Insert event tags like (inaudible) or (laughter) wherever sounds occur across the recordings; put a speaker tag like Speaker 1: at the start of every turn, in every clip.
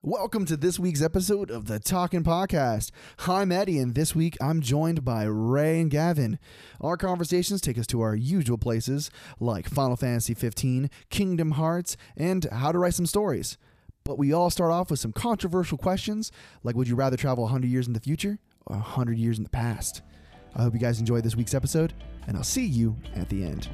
Speaker 1: Welcome to this week's episode of the Talking Podcast. I'm Eddie, and this week I'm joined by Ray and Gavin. Our conversations take us to our usual places like Final Fantasy 15, Kingdom Hearts, and how to write some stories. But we all start off with some controversial questions like would you rather travel 100 years in the future or 100 years in the past? I hope you guys enjoyed this week's episode, and I'll see you at the end.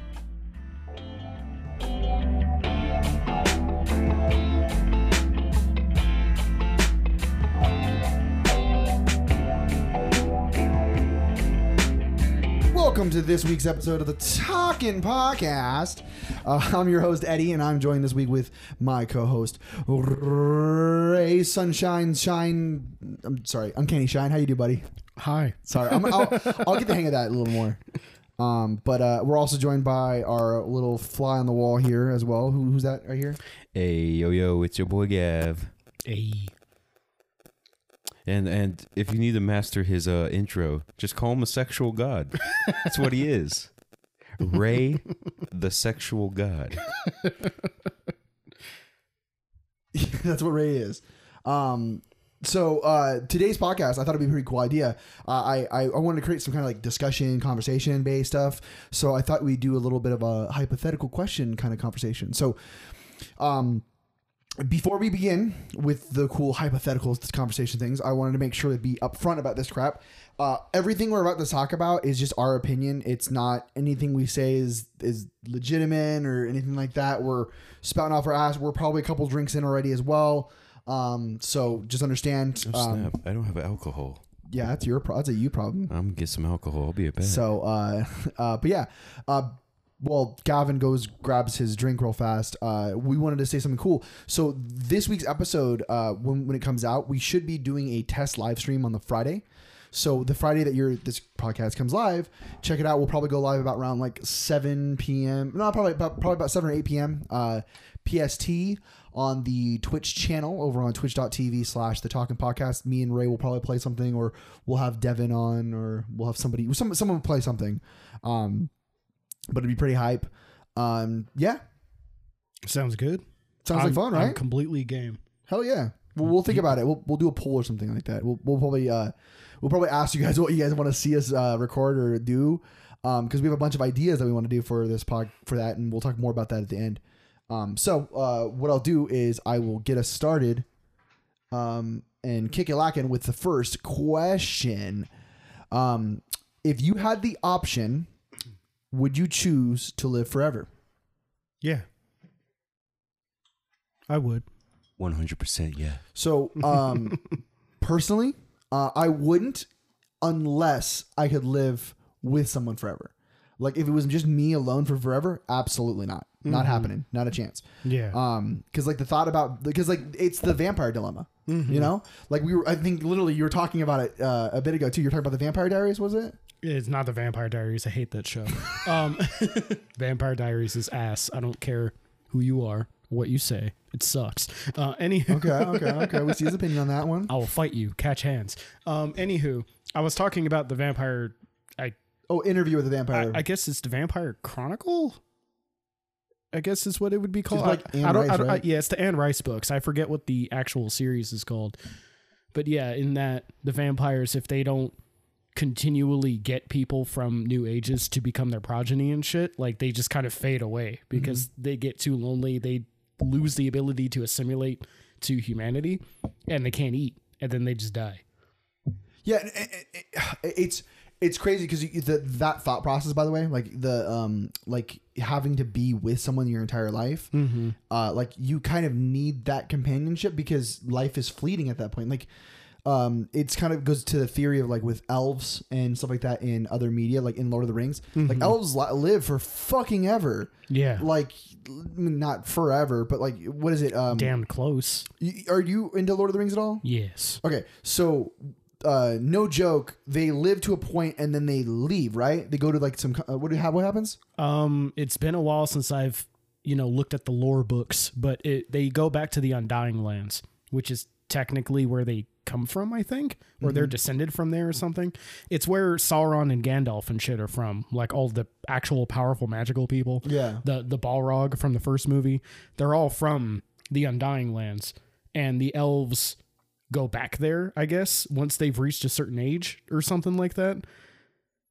Speaker 1: Welcome to this week's episode of the Talking Podcast. Uh, I'm your host, Eddie, and I'm joined this week with my co host, Ray Sunshine Shine. I'm sorry, Uncanny Shine. How you do, buddy?
Speaker 2: Hi.
Speaker 1: Sorry, I'm, I'll, I'll get the hang of that a little more. Um, but uh, we're also joined by our little fly on the wall here as well. Who, who's that right here?
Speaker 3: Hey yo yo, it's your boy Gav.
Speaker 2: Hey.
Speaker 3: And and if you need to master his uh intro, just call him a sexual god. That's what he
Speaker 2: (laughs)
Speaker 3: is. Ray the sexual god.
Speaker 1: (laughs) That's what Ray is. Um, so uh, today's podcast, I thought it'd be a pretty cool idea. Uh, I, I I wanted to create some kind of like discussion, conversation based stuff. So I thought we'd do a little bit of a hypothetical question kind of conversation. So, um, before we begin with the cool hypotheticals, this conversation things, I wanted to make sure to be upfront about this crap. Uh, everything we're about to talk about is just our opinion. It's not anything we say is is legitimate or anything like that. We're spouting off our ass. We're probably a couple drinks in already as well. Um, so just understand. um,
Speaker 3: Snap. I don't have alcohol.
Speaker 1: yeah, that's your pro- that's a you problem.
Speaker 3: I'm gonna get some alcohol. I'll be a bad.
Speaker 1: So, uh, (laughs) uh, but yeah, uh, well, Gavin goes grabs his drink real fast. Uh, we wanted to say something cool. So this week's episode, uh, when when it comes out, we should be doing a test live stream on the Friday. So the Friday that your this podcast comes live, check it out. We'll probably go live about around like seven p.m. No, probably about, probably about seven or eight p.m. Uh, PST on the Twitch channel over on twitch.tv slash the talking podcast. Me and Ray will probably play something or we'll have Devin on or we'll have somebody some someone will play something. Um but it'd be pretty hype. Um yeah.
Speaker 2: Sounds good.
Speaker 1: Sounds
Speaker 2: I'm-
Speaker 1: like fun,
Speaker 2: I'm
Speaker 1: right?
Speaker 2: completely game.
Speaker 1: Hell yeah. We'll, we'll think about it. We'll, we'll do a poll or something like that. We'll, we'll probably uh, we'll probably ask you guys (laughs) what you guys want to see us uh, record or do because we have a bunch of ideas that we want to do for this pod for that, and we'll talk more about that at the end. Um, so uh, what I'll do is I will get us started um, and kick it lacking with the first question. Um, if you had the option, would you choose to live forever?
Speaker 2: Yeah. I would.
Speaker 3: One hundred percent yeah.
Speaker 1: So, (laughs) um, personally, uh, I wouldn't unless I could live with someone forever. Like if it was just me alone for forever, absolutely not. Not happening. Not a chance.
Speaker 2: Yeah.
Speaker 1: Um, because like the thought about because like it's the vampire dilemma. You know, like we were. I think literally you were talking about it uh, a bit ago too. You were talking about the Vampire Diaries, was it?
Speaker 2: it's not the Vampire Diaries. I hate that
Speaker 1: (laughs)
Speaker 2: show. um, (laughs) Vampire Diaries is ass. I don't care who you are, what you say. It sucks. Uh, anywho,
Speaker 1: Okay, okay, okay. We see his opinion on that one.
Speaker 2: I will fight you. Catch hands. Um, anywho, I was talking about the Vampire. I
Speaker 1: Oh, interview with the
Speaker 2: I,
Speaker 1: vampire.
Speaker 2: I guess it's the Vampire Chronicle. I guess is what it would be called.
Speaker 1: like
Speaker 2: I,
Speaker 1: Anne
Speaker 2: I don't,
Speaker 1: Rice,
Speaker 2: I don't,
Speaker 1: right?
Speaker 2: I, yeah, it's the Anne Rice books. I forget what the actual series is called, but yeah, in that the vampires, if they don't continually get people from new ages to become their progeny and shit, like they just kind of fade away
Speaker 1: Mm-hmm.
Speaker 2: because they get too lonely. They lose the ability to assimilate to humanity, and they can't eat, and then they just die.
Speaker 1: Yeah, and- and- and- (sighs) it's it's crazy because that thought process, by the way, like the um like having to be with someone your entire life,
Speaker 2: Mm-hmm.
Speaker 1: uh, like you kind of need that companionship because life is fleeting at that point. Like, um, it's kind of goes to the theory of like with elves and stuff like that in other media, like in Lord of the Rings, like elves li- live for fucking ever.
Speaker 2: Mm-hmm. Yeah,
Speaker 1: Like, l- not forever, but like, what is it? Um,
Speaker 2: damn close.
Speaker 1: y- are you into Lord of the Rings at all?
Speaker 2: Yes.
Speaker 1: Okay, so uh, no joke, they live to a point and then they leave, right? They go to like some. co- Uh, what do you have? What happens?
Speaker 2: Um, it's been a while since I've you know looked at the lore books, but it, they go back to the Undying Lands, which is technically where they come from, I think, or they're descended from there or something. It's where Sauron and Gandalf and shit are from, like all the actual powerful magical people.
Speaker 1: Yeah.
Speaker 2: the the Balrog from the first movie, they're all from the Undying Lands. and the elves go back there, I guess, once they've reached a certain age or something like that.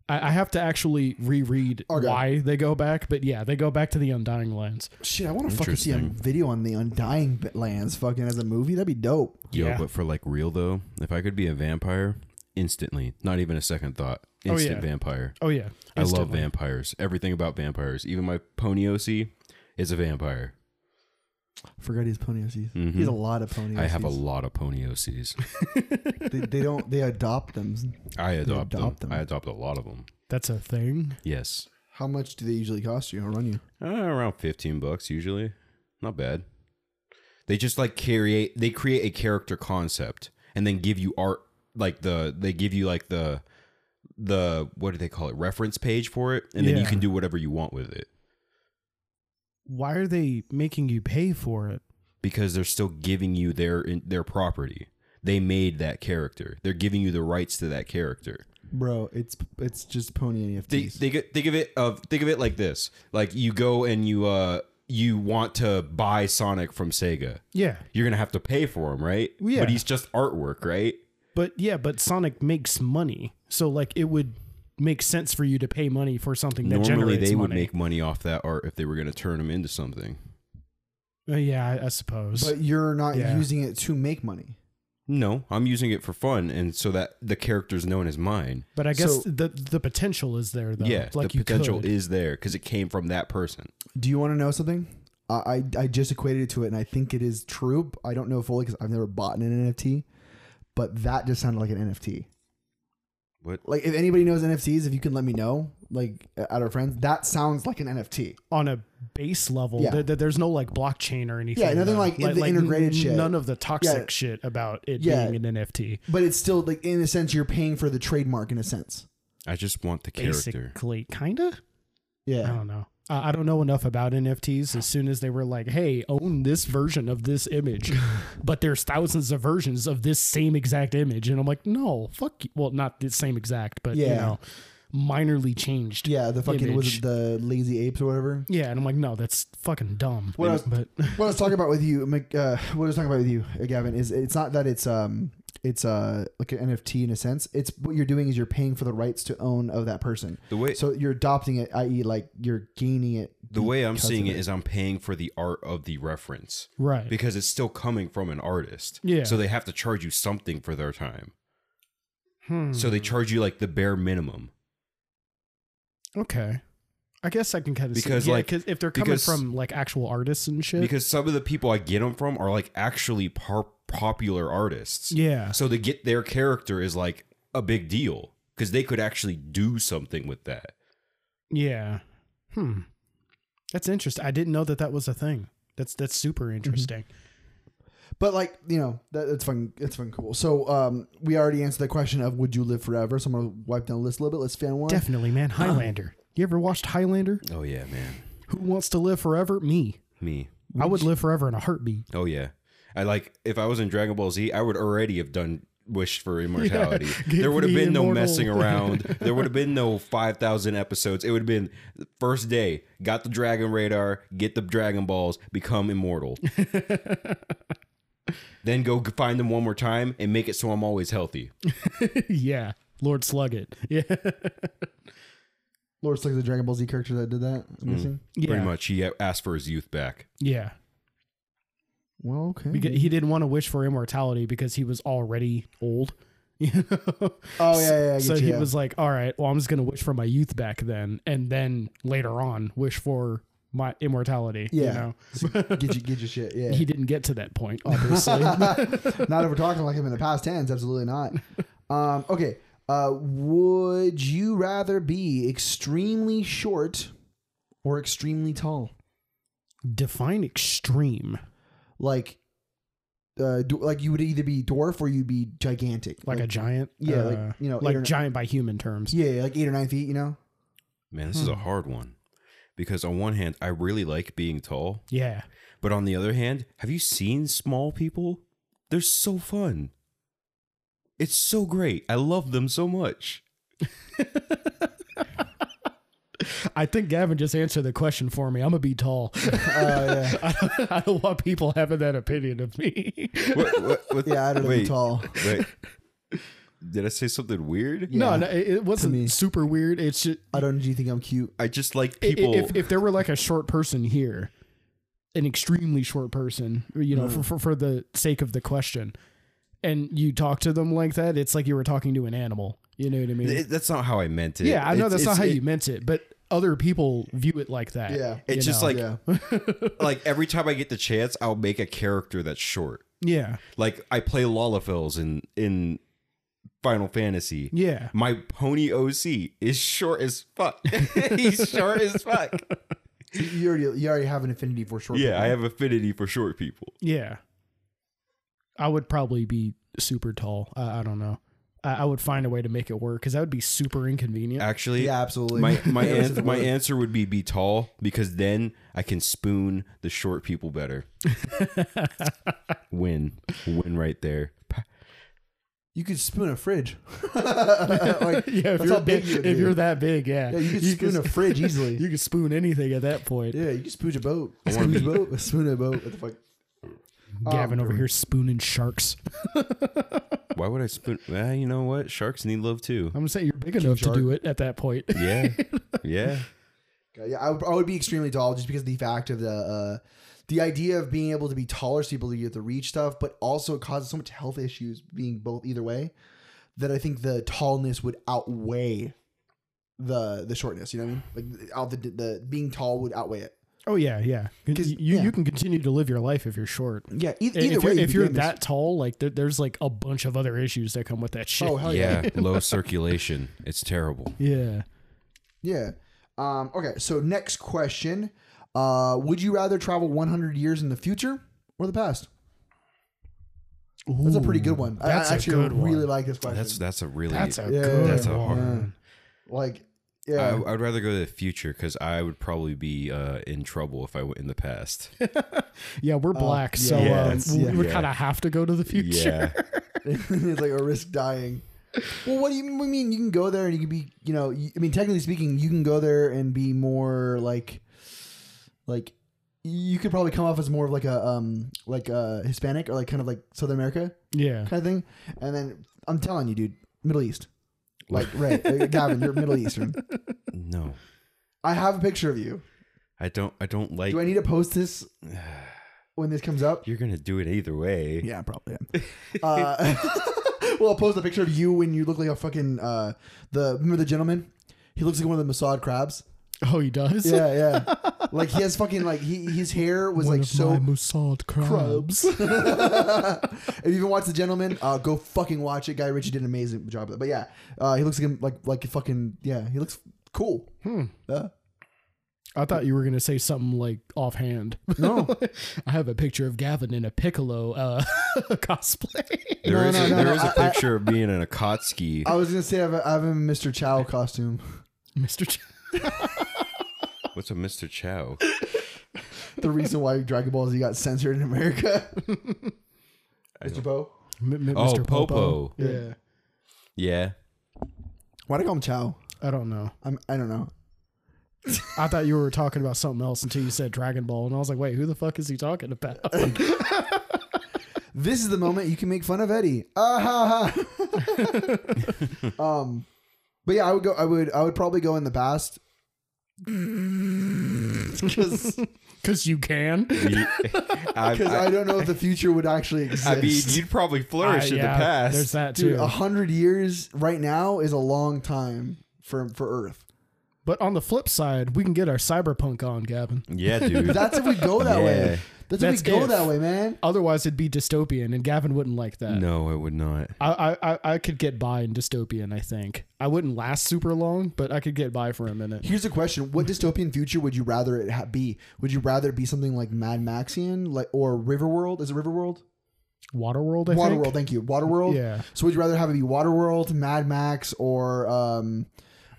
Speaker 2: I, I have to actually reread
Speaker 1: Okay.
Speaker 2: why they go back, but yeah, they go back to the Undying Lands.
Speaker 1: Shit, I want to fucking see a
Speaker 3: Interesting.
Speaker 1: video on the Undying Lands fucking as a movie. That'd be dope.
Speaker 3: Yo,
Speaker 2: Yeah.
Speaker 3: but for like real though, if I could be a vampire, instantly, not even a second thought,
Speaker 2: Oh,
Speaker 3: instant
Speaker 2: yeah.
Speaker 3: vampire.
Speaker 2: Oh yeah,
Speaker 3: I love
Speaker 2: instantly.
Speaker 3: vampires. Everything about vampires. Even my Ponyosi is a vampire.
Speaker 1: Forgot he's pony OCs.
Speaker 3: Mhm.
Speaker 1: He has a lot of pony
Speaker 3: I have a
Speaker 1: OCs.
Speaker 3: lot of Ponyosis.
Speaker 1: they, they don't. They adopt them.
Speaker 3: I adopt,
Speaker 1: adopt
Speaker 3: them.
Speaker 1: them.
Speaker 3: I adopt a lot of them.
Speaker 2: That's a thing.
Speaker 3: Yes,
Speaker 1: How much do they usually cost you? I'll run you.
Speaker 3: uh, around fifteen bucks usually. Not bad. They just like create. They create a character concept and then give you art. Like the they give you like the the what do they call it reference page for it, and then you
Speaker 2: Yeah.
Speaker 3: can do whatever you want with it
Speaker 2: Why are they making you pay for it?
Speaker 3: because they're still giving you their their property. They made that character. They're giving you the rights to that character.
Speaker 1: Bro, it's it's just pony NFTs.
Speaker 3: Think, think, think of it of think of it like this: like you go and you uh you want to buy Sonic from Sega.
Speaker 2: Yeah,
Speaker 3: You're gonna have to pay for him, right?
Speaker 2: Yeah.
Speaker 3: But he's just artwork, right?
Speaker 2: but yeah, but Sonic makes money, so like it would make sense for you to pay money for something that
Speaker 3: Normally,
Speaker 2: generates
Speaker 3: they would
Speaker 2: money.
Speaker 3: make money off that art if they were gonna turn him into something.
Speaker 2: Uh, yeah, I, I suppose.
Speaker 1: but you're not
Speaker 2: Yeah.
Speaker 1: using it to make money.
Speaker 3: No, I'm using it for fun, and so that the character's known as mine.
Speaker 2: But I guess
Speaker 1: So-
Speaker 2: the the potential is there though.
Speaker 3: yeah,
Speaker 2: like
Speaker 3: the
Speaker 2: you
Speaker 3: potential
Speaker 2: could.
Speaker 3: is there because it came from that person.
Speaker 1: Do you want to know something? I, I I just equated it to it, and I think it is true. I don't know fully because I've never bought an NFT, but that just sounded like an NFT.
Speaker 3: What?
Speaker 1: Like, if anybody knows NFTs, if you can let me know, like at our friends, that sounds like an NFT.
Speaker 2: on a base level.
Speaker 1: Yeah.
Speaker 2: There- there- there's no like blockchain or anything.
Speaker 1: nothing
Speaker 2: though.
Speaker 1: like the integrated
Speaker 2: n-
Speaker 1: shit.
Speaker 2: None of the toxic
Speaker 1: Yeah.
Speaker 2: shit about it
Speaker 1: Yeah.
Speaker 2: being an NFT.
Speaker 1: But it's still like in a sense you're paying for the trademark in a sense.
Speaker 3: I just want the character.
Speaker 2: Basically, kinda. I
Speaker 1: Yeah.
Speaker 2: don't know. Uh, I don't know enough about NFTs. As soon as they were like, "Hey, own this version of this
Speaker 1: (laughs)
Speaker 2: image," but there's thousands of versions of this same exact image, and I'm like, "No, fuck you." Well, not the same exact, but you
Speaker 1: Yeah.
Speaker 2: know, minorly changed.
Speaker 1: Yeah, the fucking was
Speaker 2: Image.
Speaker 1: it the lazy apes or whatever.
Speaker 2: Yeah, and I'm like, "No, that's fucking dumb."
Speaker 1: What I was-
Speaker 2: but
Speaker 1: what I was talking about with you, Mc- uh, what I was talking about with you, uh, Gavin, is it's not that it's um it's uh like an NFT in a sense. It's what you're doing is you're paying for the rights to own of that person.
Speaker 3: The way
Speaker 1: So you're adopting it, i.e., like you're gaining it.
Speaker 3: the way I'm
Speaker 1: because
Speaker 3: seeing
Speaker 1: of
Speaker 3: it is I'm paying for the art of the reference.
Speaker 2: (laughs) right,
Speaker 3: because it's still coming from an artist.
Speaker 2: Yeah.
Speaker 3: So they have to charge you something for their time.
Speaker 2: Hmm.
Speaker 3: So
Speaker 2: Mm-hmm.
Speaker 3: they charge you like the bare minimum.
Speaker 2: Okay. I guess I can kind of
Speaker 3: Because,
Speaker 2: see.
Speaker 3: like-
Speaker 2: yeah, 'cause if they're coming
Speaker 3: because-
Speaker 2: from like actual artists and shit.
Speaker 3: Because some of the people I get them from are like actually par- popular artists.
Speaker 2: yeah.
Speaker 3: So to get their character is like a big deal because they could actually do something with that.
Speaker 2: Yeah. Hmm. That's interesting. I didn't know that that was a thing. That's that's super
Speaker 3: Mm-hmm.
Speaker 2: interesting.
Speaker 1: But like you know, that, that's fun. That's fun. Cool. So um, we already answered the question of would you live forever. So I'm gonna wipe down the list a little bit. Let's fan one.
Speaker 2: Definitely, man. Highlander. You ever watched Highlander?
Speaker 3: Oh yeah, man.
Speaker 2: Who wants to live forever? Me.
Speaker 3: Me.
Speaker 2: I would live forever in
Speaker 3: (laughs)
Speaker 2: a heartbeat.
Speaker 3: Oh yeah. I like if I was in Dragon Ball Z, I would already have done wish
Speaker 2: (laughs)
Speaker 3: for immortality.
Speaker 2: give
Speaker 3: there would have
Speaker 2: me
Speaker 3: been no
Speaker 2: immortal. (laughs)
Speaker 3: messing around. there would have been no 5,000 episodes. It would have been first day, got the dragon radar, get the dragon balls, become
Speaker 2: (laughs)
Speaker 3: immortal. then go g- find them one more time and make it so I'm always healthy.
Speaker 2: yeah. Lord Slugget.
Speaker 3: (laughs)
Speaker 2: Yeah.
Speaker 1: Lord Slick, the Dragon Ball Z character that did that.
Speaker 3: Mm.
Speaker 1: I'm guessing.
Speaker 2: yeah.
Speaker 3: Pretty much he a- asked for his youth back.
Speaker 2: Yeah.
Speaker 1: Well, okay.
Speaker 2: Because he didn't want to wish for immortality because he was already old. (laughs) You know?
Speaker 1: oh yeah, yeah. yeah I
Speaker 2: (laughs) so
Speaker 1: get
Speaker 2: he
Speaker 1: you, yeah.
Speaker 2: was like, "All right, well, I'm just gonna wish for my youth back then, and then later on, wish for my immortality."
Speaker 1: Yeah.
Speaker 2: You know?
Speaker 1: get you, get your shit. (laughs) Yeah.
Speaker 2: (laughs) he didn't get to that point,
Speaker 1: (laughs)
Speaker 2: obviously.
Speaker 1: not if we're talking like him in the past tense. Absolutely not. Um, okay. Uh, would you rather be extremely short or extremely tall?
Speaker 2: Define extreme,
Speaker 1: Like, uh, d- like you would either be dwarf or you'd be gigantic.
Speaker 2: like a giant.
Speaker 1: yeah, like,
Speaker 2: uh,
Speaker 1: you know, eight or
Speaker 2: like
Speaker 1: nine-
Speaker 2: giant by human terms.
Speaker 1: yeah, like eight or nine feet. You
Speaker 2: (laughs)
Speaker 1: know.
Speaker 3: Man, this is
Speaker 2: Hmm.
Speaker 3: a hard one. Because on one hand, I really like being tall,
Speaker 2: Yeah.
Speaker 3: but on the other hand, have you seen small people? They're so fun. It's so great. I love them so much.
Speaker 2: I think Gavin just answered the question for me. I'm gonna be tall. (laughs)
Speaker 1: Uh,
Speaker 2: I, don't, I don't want people having that opinion of me. (laughs)
Speaker 3: What, what, what-
Speaker 1: Yeah, I don't know.
Speaker 3: wait,
Speaker 1: Tall.
Speaker 3: Wait. Did I say something weird?
Speaker 2: No,
Speaker 1: Yeah,
Speaker 2: no, it, it
Speaker 1: me.
Speaker 2: wasn't super weird. It's just
Speaker 1: I don't. Do you think I'm cute?
Speaker 3: I just like
Speaker 2: i- i-
Speaker 3: people.
Speaker 2: if if there were like a short person here, an extremely short person, or, you know, for, for for the sake of the question, and you talk to them like that, it's like you were talking to an animal. You know what I mean?
Speaker 3: It- that's not how I meant it.
Speaker 2: yeah, I know
Speaker 3: It's-
Speaker 2: that's not
Speaker 3: it's-
Speaker 2: how
Speaker 3: it-
Speaker 2: you (laughs) meant it, but other people view it like that.
Speaker 1: Yeah.
Speaker 3: It's
Speaker 2: you
Speaker 3: just
Speaker 2: know?
Speaker 3: like
Speaker 1: Yeah.
Speaker 3: like every time I get the chance, I'll make a character that's short.
Speaker 2: yeah,
Speaker 3: Like I play Lalafels in in Final Fantasy.
Speaker 2: yeah.
Speaker 3: My pony OC is short as fuck. (laughs) He's short as fuck.
Speaker 1: You already. You already have an affinity for short.
Speaker 3: Yeah, I
Speaker 1: people.
Speaker 3: have affinity for short people.
Speaker 2: Yeah. I would probably be super tall. I, I don't know. I, I would find a way to make it work because that would be super inconvenient.
Speaker 3: Actually,
Speaker 1: Yeah, absolutely. (laughs)
Speaker 3: (laughs) my my
Speaker 1: Yeah,
Speaker 3: an- my answer would be be tall because then I can spoon the short people better. win, win right there.
Speaker 1: You could spoon a fridge. (laughs) Like,
Speaker 2: (laughs) yeah, if
Speaker 1: that's
Speaker 2: you're
Speaker 1: how big
Speaker 2: big,
Speaker 1: you'd
Speaker 2: if
Speaker 1: be.
Speaker 2: you're that big, yeah,
Speaker 1: yeah, you could spoon a fridge easily.
Speaker 2: (laughs) you could spoon anything at that point.
Speaker 1: yeah, you could spooge a boat.
Speaker 3: wanna
Speaker 1: Spooge a
Speaker 3: be-
Speaker 1: boat. (laughs) Spoon a boat. What the fuck?
Speaker 2: Gavin
Speaker 1: Um,
Speaker 2: over here spooning sharks. (laughs)
Speaker 3: Why would I spoon? Well, you know what? Sharks need love too.
Speaker 2: I'm gonna say you're big enough
Speaker 1: shark.
Speaker 2: to do it at that point.
Speaker 3: Yeah, yeah.
Speaker 1: God, Yeah, I would, I would be extremely tall just because of the fact of the uh, the idea of being able to be taller so people get to reach stuff, but also it causes so much health issues being both either way that I think the tallness would outweigh the the shortness. You know what I mean? Like out the the being tall would outweigh it.
Speaker 2: (laughs) oh yeah, yeah. You
Speaker 1: 'Cause-
Speaker 2: you,
Speaker 1: yeah.
Speaker 2: you can continue to live your life if you're short.
Speaker 1: Yeah, e- either
Speaker 2: And if
Speaker 1: way,
Speaker 2: you're,
Speaker 1: you'd
Speaker 2: if
Speaker 1: be
Speaker 2: you're
Speaker 1: famous.
Speaker 2: that tall, like there, there's like a bunch of other issues that come with that shit.
Speaker 1: oh hell yeah.
Speaker 3: yeah, low circulation. It's terrible.
Speaker 2: (laughs) yeah.
Speaker 1: Yeah. Um, okay, so next question. Uh, would you rather travel 100 years in the future or the past? That's a pretty good one.
Speaker 2: That's
Speaker 1: I
Speaker 2: a
Speaker 1: actually
Speaker 2: good one.
Speaker 1: really like this question.
Speaker 3: That's that's a really
Speaker 2: That's a
Speaker 1: Yeah.
Speaker 2: good.
Speaker 3: that's a
Speaker 2: one.
Speaker 3: hard.
Speaker 1: like, (laughs) yeah.
Speaker 3: I, I'd rather go to the future because I would probably be uh, in trouble if I went in the past.
Speaker 2: Yeah, we're black, so
Speaker 3: yeah,
Speaker 2: um,
Speaker 3: it's-
Speaker 2: we
Speaker 1: Oh, yeah.
Speaker 2: would kind of have to go to the future.
Speaker 3: Yeah,
Speaker 1: it's like a risk dying. Well, what do you mean? You can go there and you can be, you know, you- I mean, technically speaking, you can go there and be more like, like, you could probably come off as more of like a, um, like a Hispanic or like kind of like Southern America
Speaker 2: (laughs) Yeah.
Speaker 1: kind of thing. And then I'm telling you, dude, Middle East.
Speaker 2: (laughs)
Speaker 1: Like, right, uh, Gavin, you're Middle Eastern.
Speaker 3: no,
Speaker 1: I have a picture of you.
Speaker 3: I don't. I don't like.
Speaker 1: Do I need to post
Speaker 2: (sighs)
Speaker 1: this when this comes up?
Speaker 3: You're gonna do it either way.
Speaker 1: Yeah, probably.
Speaker 2: (laughs)
Speaker 1: Am. uh, (laughs) well, I'll post a picture of you when you look like a fucking uh, the remember the gentleman. He looks like one of the Mossad crabs.
Speaker 2: (laughs) Oh, he does.
Speaker 1: Yeah, yeah. like he has fucking like he his hair was
Speaker 2: One
Speaker 1: like
Speaker 2: of
Speaker 1: so.
Speaker 2: my Mossad
Speaker 1: (laughs)
Speaker 2: crabs.
Speaker 1: if you haven't watched the gentleman, uh, go fucking watch it. Guy Ritchie did an amazing job. Of it. But yeah, uh, he looks like like like a fucking yeah. He looks cool.
Speaker 2: Hmm.
Speaker 1: Uh,
Speaker 2: I thought you were gonna say something like offhand.
Speaker 1: no,
Speaker 2: (laughs) I have a picture of Gavin in a piccolo uh, (laughs) cosplay. (laughs)
Speaker 3: There
Speaker 1: No,
Speaker 3: is
Speaker 1: no,
Speaker 3: a,
Speaker 1: no,
Speaker 3: there
Speaker 1: no,
Speaker 3: is a
Speaker 1: I- I-
Speaker 3: picture of me in an Akatsuki.
Speaker 2: Oh.
Speaker 1: I was gonna say I have a, I have a Mr. Chow costume. (laughs)
Speaker 2: Mr. Ch-
Speaker 3: What's a Mr. Chow?
Speaker 1: The reason why Dragon Ball Z got censored in
Speaker 3: (laughs)
Speaker 1: America. Mr. Bo,
Speaker 2: M- M-
Speaker 3: Oh,
Speaker 2: Mr. Popo.
Speaker 3: Popo.
Speaker 2: Yeah. (laughs)
Speaker 3: Yeah.
Speaker 1: why do I call him Chow?
Speaker 2: I don't know.
Speaker 1: I'm, I don't know.
Speaker 2: I thought you were talking about something else until you said Dragon Ball, and I was like, wait, who the fuck is he talking about? (laughs)
Speaker 1: This is the moment you can make fun of Eddie. Ah, ha, ha. (laughs) um, but yeah, I would go. I would. I would probably go in the past. Because
Speaker 2: Because
Speaker 3: (laughs)
Speaker 2: you can.
Speaker 3: You- I, I,
Speaker 1: I don't know if the future would actually exist.
Speaker 3: (laughs) I mean, you'd probably flourish
Speaker 2: I-
Speaker 3: in
Speaker 2: yeah,
Speaker 3: the past. uh,
Speaker 2: There's that too.
Speaker 1: Dude, a hundred years right now is a long time for for Earth.
Speaker 2: But on the flip side, we can get our cyberpunk on, Gavin.
Speaker 3: Yeah, dude.
Speaker 1: That's if we go that way.
Speaker 3: (laughs) Yeah.
Speaker 1: That's,
Speaker 2: That's
Speaker 1: if we go
Speaker 2: if.
Speaker 1: that way, man.
Speaker 2: Otherwise, it'd be dystopian, and Gavin wouldn't like that.
Speaker 3: no, I would not.
Speaker 2: I, I, I- I could get by in dystopian, I think. I wouldn't last super long, but I could get by for a minute.
Speaker 1: Here's a question: What dystopian future would you rather it ha- be? Would you rather it be something like Mad Maxian, like or Riverworld? Is it Riverworld?
Speaker 2: Waterworld, I think?
Speaker 1: Waterworld, thank you. Waterworld.
Speaker 2: Yeah.
Speaker 1: So would you rather have it be Waterworld, Mad Max, or um,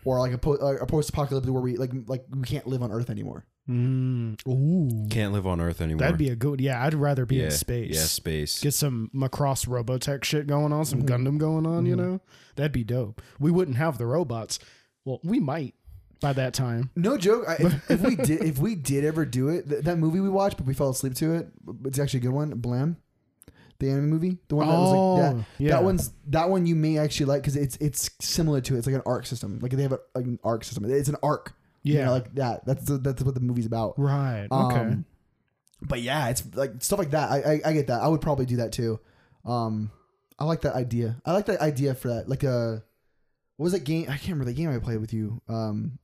Speaker 1: or like a, po- uh, a post-apocalyptic where we like like we can't live on Earth anymore?
Speaker 2: Mm, ooh.
Speaker 3: Can't live on Earth anymore.
Speaker 2: That'd be a good Yeah, I'd rather be
Speaker 3: yeah,
Speaker 2: in space.
Speaker 3: Yeah, space.
Speaker 2: Get some Macross Robotech shit going on,
Speaker 1: Mm-hmm.
Speaker 2: some Gundam going on, you know? That'd be dope. We wouldn't have the robots. Well, we might. by that time.
Speaker 1: No joke. I, if, if we
Speaker 2: (laughs)
Speaker 1: did, if we did ever do it, th- that movie we watched, but we fell asleep to it. It's actually a good one. Blam, the anime movie, the one that was like,
Speaker 2: Oh,
Speaker 1: yeah,
Speaker 2: yeah.
Speaker 1: that one's that one you may actually like because it's it's similar to it. It's like an arc system. Like they have a, like an arc system. It's an arc. You
Speaker 2: Yeah.
Speaker 1: know, like that. That's the, that's what the movie's about.
Speaker 2: Right. okay.
Speaker 1: Um, But yeah, it's like stuff like that. I, I I get that. I would probably do that too. Um, I like that idea. I like that idea for that. Like a what was that game? I can't remember the game I played with you. Um,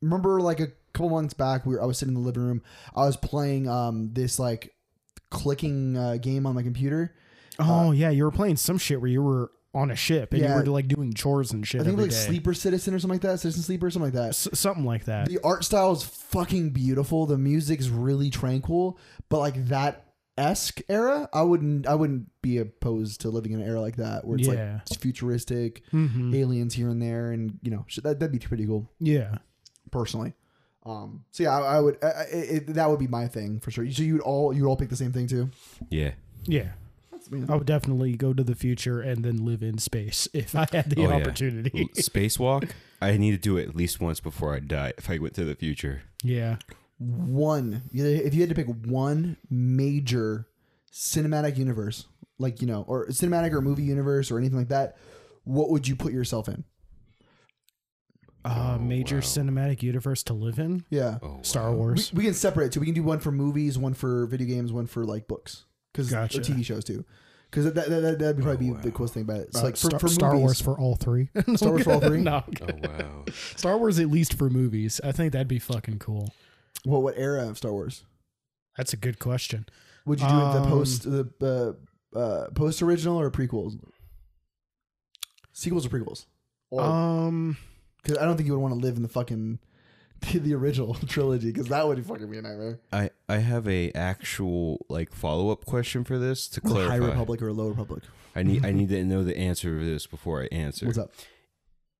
Speaker 1: remember like a couple months back, we were I was sitting in the living room. I was playing um this like clicking uh, game on my computer.
Speaker 2: Oh yeah, you were playing some shit where you were on a ship and
Speaker 1: uh, Yeah.
Speaker 2: you were like doing chores and shit.
Speaker 1: I think it
Speaker 2: every
Speaker 1: was like
Speaker 2: day.
Speaker 1: Sleeper Citizen or something like that. Citizen Sleeper, something like that.
Speaker 2: S- something like that.
Speaker 1: The art style is fucking beautiful. The music's really tranquil, but like that esque era, I wouldn't I wouldn't be opposed to living in an era like that where it's
Speaker 2: Yeah.
Speaker 1: like it's futuristic,
Speaker 2: Mhm.
Speaker 1: aliens here and there, and you know shit, that that'd be pretty cool
Speaker 2: Yeah. personally.
Speaker 1: personally. Um, so yeah, I, I would I, I- it, that would be my thing for sure. So you'd all you'd all pick the same thing too.
Speaker 3: Yeah.
Speaker 2: Yeah.
Speaker 1: That's, I mean,
Speaker 2: I would definitely go to the future and then live in space if I had the
Speaker 3: Oh, yeah.
Speaker 2: opportunity. (laughs)
Speaker 3: L- Spacewalk. I need to do it at least once before I die. If I went to the future,
Speaker 2: Yeah.
Speaker 1: one you- if you had to pick one major cinematic universe like you know or cinematic or movie universe or anything like that what would you put yourself in
Speaker 2: Uh,
Speaker 3: Oh,
Speaker 2: major
Speaker 3: wow.
Speaker 2: cinematic universe to live in.
Speaker 1: yeah
Speaker 3: oh,
Speaker 2: Star
Speaker 3: wow.
Speaker 1: we,
Speaker 2: Wars. (laughs)
Speaker 1: we can separate it too we can do one for movies one for video games one for like books because
Speaker 2: Gotcha.
Speaker 1: or tv shows too because that, that, that, that'd probably
Speaker 3: Oh,
Speaker 1: be the
Speaker 3: wow.
Speaker 1: coolest thing about it so
Speaker 2: Uh,
Speaker 1: like for,
Speaker 2: Star,
Speaker 1: for
Speaker 2: Star Wars
Speaker 1: movies,
Speaker 2: for all three.
Speaker 1: (laughs)
Speaker 2: (laughs)
Speaker 1: Star Wars for all three?
Speaker 2: no,
Speaker 3: Oh wow.
Speaker 2: Star Wars at least for movies. I think that'd be fucking cool.
Speaker 1: well what era of star wars
Speaker 2: That's a good question.
Speaker 1: would you do it the
Speaker 2: Um,
Speaker 1: post the uh, uh, post original or prequels sequels or prequels or
Speaker 2: Um,
Speaker 1: Because I don't think you would want to live in the fucking (laughs) the, the original (laughs) trilogy because that would fucking be a nightmare.
Speaker 3: I I have a actual like follow up question for this to
Speaker 1: High
Speaker 3: clarify.
Speaker 1: Republic or Low Republic?
Speaker 3: I need I
Speaker 2: Mm-hmm.
Speaker 3: need to know the answer to this before I answer.
Speaker 1: What's up?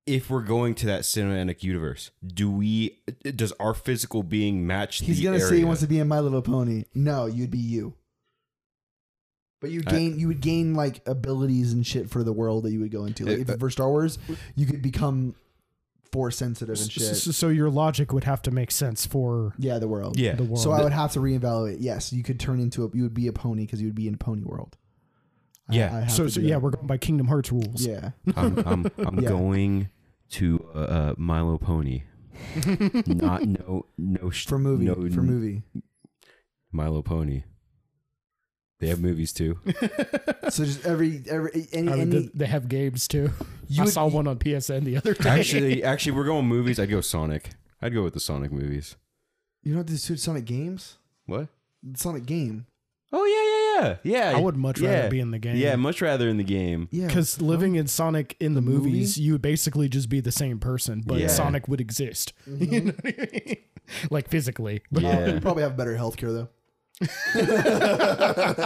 Speaker 3: If we're going to that cinematic universe, do we does our physical being match
Speaker 1: He's
Speaker 3: the
Speaker 1: gonna
Speaker 3: area?
Speaker 1: say he wants to be in My Little Pony. No, you'd be you. But you
Speaker 3: I-
Speaker 1: gain you would gain like abilities and shit for the world that you would go into. Like
Speaker 2: Eh,
Speaker 3: Uh,
Speaker 1: if
Speaker 3: uh,
Speaker 1: for Star Wars, you could become force sensitive and
Speaker 2: s-
Speaker 1: shit.
Speaker 2: s- so your logic would have to make sense for
Speaker 1: Yeah, the world.
Speaker 3: yeah.
Speaker 2: the world.
Speaker 1: So I would have to reevaluate. Yes, you could turn into a you would be a pony because you would be in Pony World. I-
Speaker 3: Yeah.
Speaker 1: I have
Speaker 2: so,
Speaker 1: to
Speaker 2: so
Speaker 1: do
Speaker 2: yeah,
Speaker 1: that.
Speaker 2: we're going by Kingdom Hearts rules.
Speaker 1: yeah.
Speaker 3: (laughs) I'm I'm, I'm
Speaker 1: Yeah.
Speaker 3: going to uh, uh, Milo Pony.
Speaker 2: (laughs)
Speaker 3: Not no no sh-
Speaker 1: For movie,
Speaker 3: no,
Speaker 1: for movie.
Speaker 3: Milo Pony. They have movies
Speaker 2: (laughs)
Speaker 3: too.
Speaker 1: So just every every any,
Speaker 2: I mean,
Speaker 1: any
Speaker 2: th- they have games too.
Speaker 1: You
Speaker 2: I
Speaker 1: would-
Speaker 2: saw one on PSN the other day.
Speaker 3: actually, actually, we're going movies. I'd go Sonic. I'd go with the Sonic movies.
Speaker 1: You don't have to do Sonic games.
Speaker 3: What?
Speaker 1: Sonic game.
Speaker 3: Oh yeah, yeah, yeah, yeah.
Speaker 2: I would much rather be in the game.
Speaker 3: Yeah, much rather in the game.
Speaker 1: Yeah,
Speaker 2: Because living in Sonic in the,
Speaker 1: movie?
Speaker 2: movies, you would basically just be the same person, but
Speaker 3: Yeah.
Speaker 2: Sonic would exist. (laughs) You
Speaker 1: Mm-hmm.
Speaker 2: know what I mean? like physically. But
Speaker 3: Yeah,
Speaker 1: probably have better healthcare though.
Speaker 3: uh,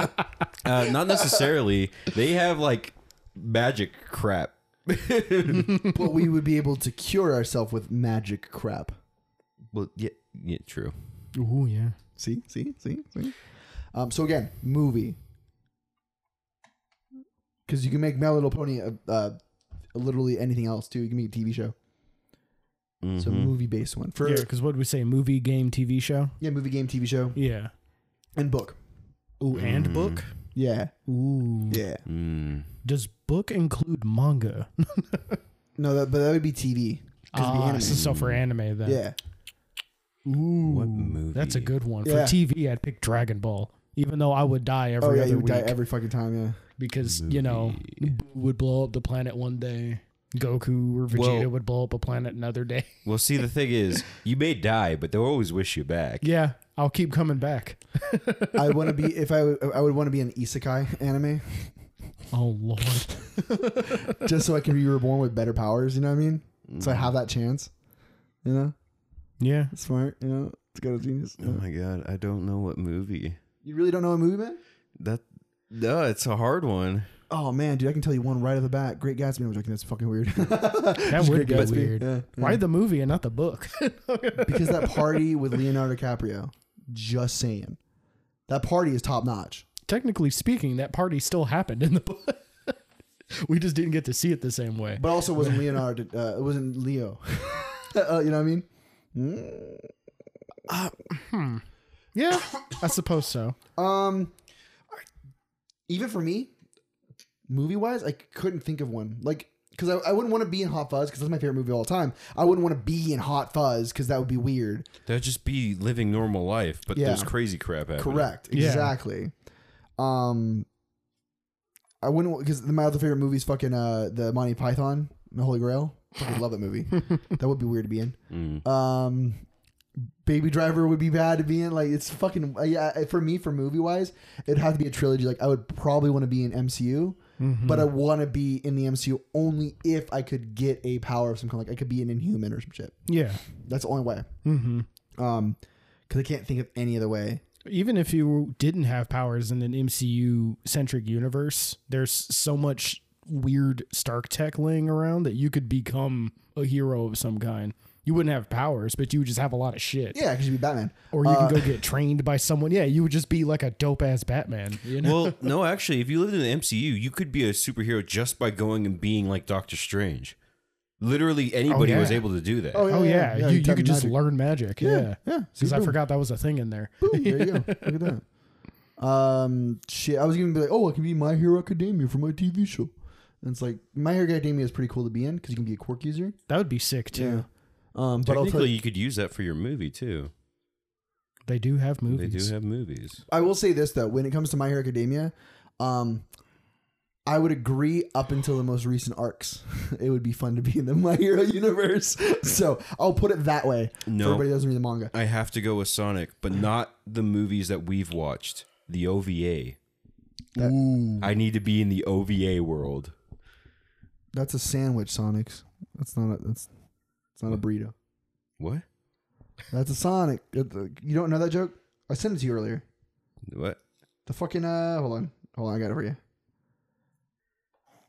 Speaker 3: not necessarily. They have like magic crap.
Speaker 1: but we would be able to cure ourselves with magic crap.
Speaker 3: Well, yeah, yeah, true.
Speaker 2: Ooh, yeah.
Speaker 1: See, see, see, see. Um, so again, movie. Because you can make My Little Pony uh, uh, literally anything else too. You can make a TV show.
Speaker 3: Mm-hmm.
Speaker 1: So movie based one for
Speaker 2: Yeah,
Speaker 1: yeah.
Speaker 2: because what would we say? Movie, game, TV show?
Speaker 1: movie, game, TV show,
Speaker 2: Yeah.
Speaker 1: and book.
Speaker 2: Ooh, and book?
Speaker 1: Yeah,
Speaker 2: Ooh.
Speaker 1: yeah.
Speaker 3: Mm.
Speaker 2: Does book include manga? (laughs)
Speaker 1: No, that, but that would be TV. 'Cause it'd be
Speaker 2: Ah,
Speaker 1: anime.
Speaker 2: so, so for anime then.
Speaker 1: Yeah,
Speaker 2: Ooh.
Speaker 3: What movie?
Speaker 2: That's a good one.
Speaker 1: Yeah.
Speaker 2: For TV, I'd pick Dragon Ball. Even though I would die every
Speaker 1: oh yeah,
Speaker 2: other
Speaker 1: you would
Speaker 2: week
Speaker 1: die every fucking time. Yeah.
Speaker 2: because you know
Speaker 3: Movie.
Speaker 2: Boo would blow up the planet one day. Goku or Vegeta
Speaker 3: Well-
Speaker 2: would blow up a planet another day.
Speaker 3: Well, see, the thing is, you may die, but they'll always wish you back.
Speaker 2: Yeah, I'll keep coming back.
Speaker 1: I want to be if I w- I would want to be an isekai anime
Speaker 2: Oh lord.
Speaker 1: just so I can be reborn with better powers. You know what I mean? So I have that chance. You know,
Speaker 2: (laughs) Yeah.
Speaker 1: smart. You know, it's got a genius.
Speaker 3: Oh my god, I don't know what movie.
Speaker 1: You really don't know a movie, man?
Speaker 3: That no, it's a hard one.
Speaker 1: Oh man, dude, I can tell you one right off the bat. Great Gatsby. I'm joking. That's fucking weird. (laughs)
Speaker 2: That would be
Speaker 1: Gatsby.
Speaker 2: weird.
Speaker 1: Yeah,
Speaker 2: Why the movie and not the book? (laughs)
Speaker 1: because that party with Leonardo DiCaprio. Just saying, that party is top notch.
Speaker 2: Technically speaking, that party still happened in the book. (laughs) we just didn't get to see it the same way.
Speaker 1: But also wasn't Leonardo. (laughs) Uh, it wasn't Leo. uh, you know what I mean?
Speaker 2: Yeah, I suppose so.
Speaker 1: Um, I- even for me, movie wise, I couldn't think of one. Like, because I, I wouldn't want to be in Hot Fuzz because that's my favorite movie of all time. I wouldn't want to be in Hot Fuzz because that would be weird.
Speaker 3: That'd just be living normal life, but
Speaker 1: Yeah.
Speaker 3: there's crazy crap happening.
Speaker 1: Correct.
Speaker 2: Yeah.
Speaker 1: Exactly. Um, I wouldn't because my other favorite movie is fucking uh the Monty Python, the Holy Grail. Fucking love that
Speaker 2: (laughs)
Speaker 1: movie. that would be weird to be in.
Speaker 3: Mm.
Speaker 1: Um, Baby Driver would be bad to be in. Like it's fucking uh, yeah. I- For me, for movie wise, it'd have to be a trilogy. Like I would probably want to be in MCU,
Speaker 2: Mm-hmm.
Speaker 1: but I want to be in the MCU only if I could get a power of some kind. Like I could be an Inhuman or some shit.
Speaker 2: Yeah.
Speaker 1: That's the only way.
Speaker 2: Mm-hmm.
Speaker 1: Um, because I can't think of any other way.
Speaker 2: Even if you didn't have powers in an MCU centric universe, there's so much weird Stark tech laying around that you could become a hero of some kind. You wouldn't have powers, but you would just have a lot of shit.
Speaker 1: Yeah, because you'd be Batman. Uh,
Speaker 2: Or you can go get trained by someone. Yeah, you would just be like a dope ass Batman. You
Speaker 3: (laughs)
Speaker 2: know?
Speaker 3: Well, no, actually, if you lived in the MCU, you could be a superhero just by going and being like Doctor Strange. Literally anybody was
Speaker 2: yeah.
Speaker 3: able to do that.
Speaker 2: oh yeah, you, you
Speaker 1: type
Speaker 2: could just
Speaker 1: magic.
Speaker 2: learn magic. Yeah,
Speaker 1: yeah.
Speaker 2: Because
Speaker 1: See,
Speaker 2: I
Speaker 1: boom.
Speaker 2: forgot that was a thing in there.
Speaker 1: Boom, there you go. Look at that. Um, shit. I was gonna be like, oh, I can be My Hero Academia for my TV show. And it's like My Hero Academia is pretty cool to be in because you can be a quirk user.
Speaker 2: That would be sick too.
Speaker 1: Um, but I'll
Speaker 3: Technically,
Speaker 1: tell you,
Speaker 3: you could use that for your movie too.
Speaker 2: They do have movies.
Speaker 3: They do have movies.
Speaker 1: I will say this though: when it comes to My Hero Academia, um, I would agree up until the most recent arcs. (laughs) it would be fun to be in the My Hero universe. (laughs) so I'll put it that way.
Speaker 3: No.
Speaker 1: For everybody that doesn't read the manga.
Speaker 3: I have to go with Sonic, but not the movies that we've watched. The OVA. I need to be in the OVA world.
Speaker 1: That's a sandwich, Sonics. That's not a. That's, that's not a burrito.
Speaker 3: What?
Speaker 1: That's a Sonic. Uh, You don't know that joke? I sent it to you earlier.
Speaker 3: What?
Speaker 1: The fucking uh, hold on, hold on, I got it for you.
Speaker 2: (laughs)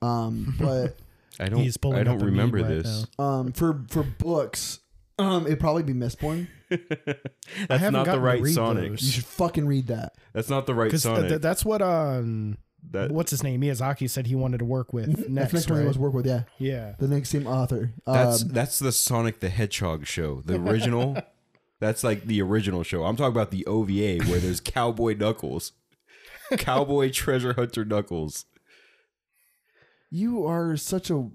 Speaker 1: Um, but
Speaker 3: I don't.
Speaker 2: He's pulling
Speaker 3: I
Speaker 2: up
Speaker 3: don't
Speaker 2: a meme
Speaker 3: remember
Speaker 2: right
Speaker 3: this.
Speaker 2: now.
Speaker 1: um, for for books, um, it'd probably be Mistborn.
Speaker 3: That's
Speaker 2: haven't
Speaker 3: not the
Speaker 2: gotten to
Speaker 3: right
Speaker 2: read
Speaker 3: Sonic.
Speaker 1: You
Speaker 2: those.
Speaker 1: (laughs) should fucking read that.
Speaker 3: That's not the right
Speaker 2: Because
Speaker 3: Sonic.
Speaker 2: uh, that's what um,
Speaker 3: That-
Speaker 2: what's his name Miyazaki said he wanted to work with
Speaker 1: Mm-hmm. That's
Speaker 2: next.
Speaker 1: next one I
Speaker 2: right?
Speaker 1: was work with, yeah,
Speaker 2: yeah,
Speaker 1: the next same author.
Speaker 3: that's
Speaker 1: Um,
Speaker 3: that's the Sonic the Hedgehog show, the original. that's like the original show. I'm talking about the OVA where there's Cowboy Knuckles, Cowboy Treasure Hunter Knuckles.
Speaker 1: you are such a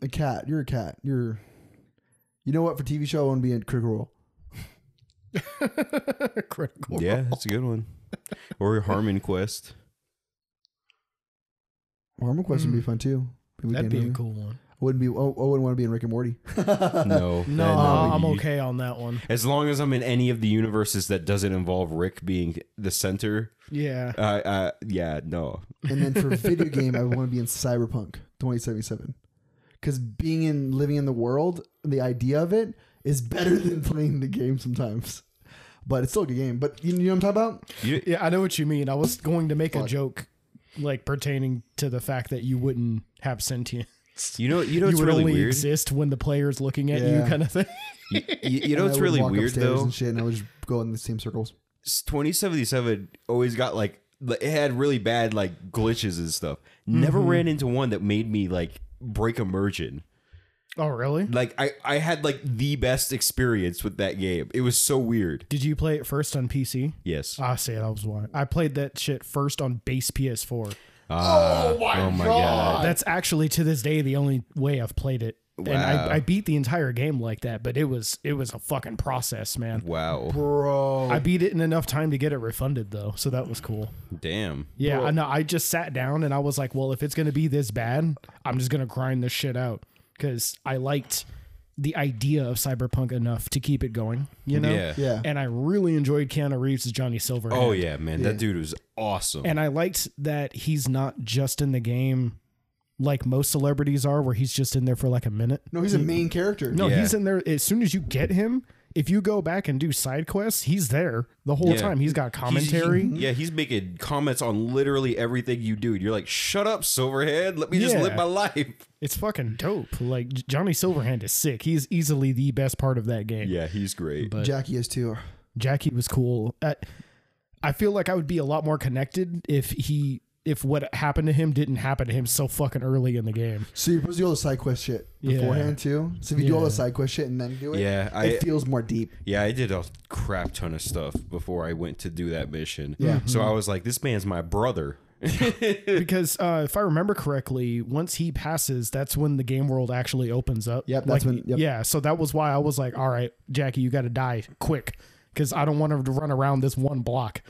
Speaker 1: a cat. You're a cat. You're. You know what? For TV show, I want to be in Critical Role.
Speaker 2: critical.
Speaker 3: Yeah, that's a good one. Or Harmon Quest.
Speaker 1: Armor Quest would be fun too. People
Speaker 2: Hmm.
Speaker 1: game
Speaker 2: That'd be a
Speaker 1: movie.
Speaker 2: cool one.
Speaker 1: Wouldn't be. Oh, I wouldn't want to be in Rick and Morty.
Speaker 3: (laughs) No,
Speaker 2: No,
Speaker 3: that-
Speaker 2: I'm
Speaker 3: you-
Speaker 2: okay on that one.
Speaker 3: As long as I'm in any of the universes that doesn't involve Rick being the center,
Speaker 2: Yeah,
Speaker 3: uh, uh, yeah, no,
Speaker 1: And then for
Speaker 2: (laughs)
Speaker 1: video game, I would want to be in Cyberpunk 2077. Because being in living in the world, the idea of it is better (laughs) than playing the game sometimes. But it's still a good game. But you, you know what I'm talking about?
Speaker 3: you,
Speaker 2: yeah, I know what you mean. I was going to make a
Speaker 1: Fuck.
Speaker 2: joke, like pertaining to the fact that you wouldn't have sentience.
Speaker 3: you know, you know,
Speaker 2: you
Speaker 3: it's
Speaker 2: would
Speaker 3: really
Speaker 2: only
Speaker 3: weird.
Speaker 2: exist when the player's looking at you,
Speaker 1: Yeah.
Speaker 2: kind of thing. (laughs)
Speaker 3: You, you- you know,
Speaker 1: And I
Speaker 3: it's
Speaker 1: would
Speaker 3: really
Speaker 1: walk
Speaker 3: weird
Speaker 1: upstairs
Speaker 3: though.
Speaker 1: And shit, and I would just go in the same circles.
Speaker 3: s- 2077 always got like li- it had really bad like glitches and stuff. Never ran into one that made me like break immersion.
Speaker 2: Oh, really?
Speaker 3: Like I I had like the best experience with that game. It was so weird.
Speaker 2: Did you play it first on PC?
Speaker 3: Yes.
Speaker 2: I Ah, see. That was why I played that shit first on base PS4.
Speaker 3: Ah, oh my, god.
Speaker 2: That's actually to this day the only way I've played it. And
Speaker 3: Wow.
Speaker 2: I, I beat the entire game like that, but it was it was a fucking process, man.
Speaker 3: Wow.
Speaker 1: Bro.
Speaker 2: I beat it in enough time to get it refunded though, so that was cool.
Speaker 3: Damn.
Speaker 2: Yeah, I know. I just sat down and I was like, well, if it's gonna be this bad, I'm just gonna grind this shit out because I liked the idea of cyberpunk enough to keep it going. You know?
Speaker 3: Yeah.
Speaker 1: Yeah.
Speaker 2: And I really enjoyed Keanu Reeves as Johnny Silver.
Speaker 3: Oh yeah, man. That dude was awesome.
Speaker 2: And I liked that he's not just in the game like most celebrities are, where he's just in there for like a minute.
Speaker 1: no, he's a main character.
Speaker 2: No,
Speaker 3: Yeah.
Speaker 2: he's in there as soon as you get him. If you go back and do side quests, he's there the whole
Speaker 3: Yeah.
Speaker 2: time. He's got
Speaker 3: He's- he-
Speaker 2: commentary.
Speaker 3: yeah, he's making comments on literally everything you do. You're like, shut up, Silverhead. Let me just
Speaker 2: Yeah.
Speaker 3: live my life.
Speaker 2: It's fucking dope. Like J- Johnny Silverhand is sick. He's easily the best part of that game.
Speaker 3: Yeah, he's great.
Speaker 2: But
Speaker 1: Jackie is too.
Speaker 2: Jackie was cool. I, I feel like I would be a lot more connected if he if what happened to him didn't happen to him so fucking early in
Speaker 1: (laughs)
Speaker 2: the game.
Speaker 1: So you're supposed to do all the side quest shit
Speaker 2: Yeah.
Speaker 1: beforehand too. So if you do all
Speaker 2: Yeah.
Speaker 1: the side quest shit and then do it,
Speaker 3: Yeah, I-
Speaker 1: it feels more deep.
Speaker 3: Yeah, I did a crap ton of stuff before I went to do that mission.
Speaker 1: Yeah.
Speaker 3: So I was like, this man's my brother.
Speaker 2: because uh, if I remember correctly, once he passes, that's when the game world actually opens up.
Speaker 1: Yep, that's
Speaker 2: Like,
Speaker 1: when- yep.
Speaker 2: Yeah, so that was why I was like, "All right, Jackie, you got to die quick because I don't want to run around this one block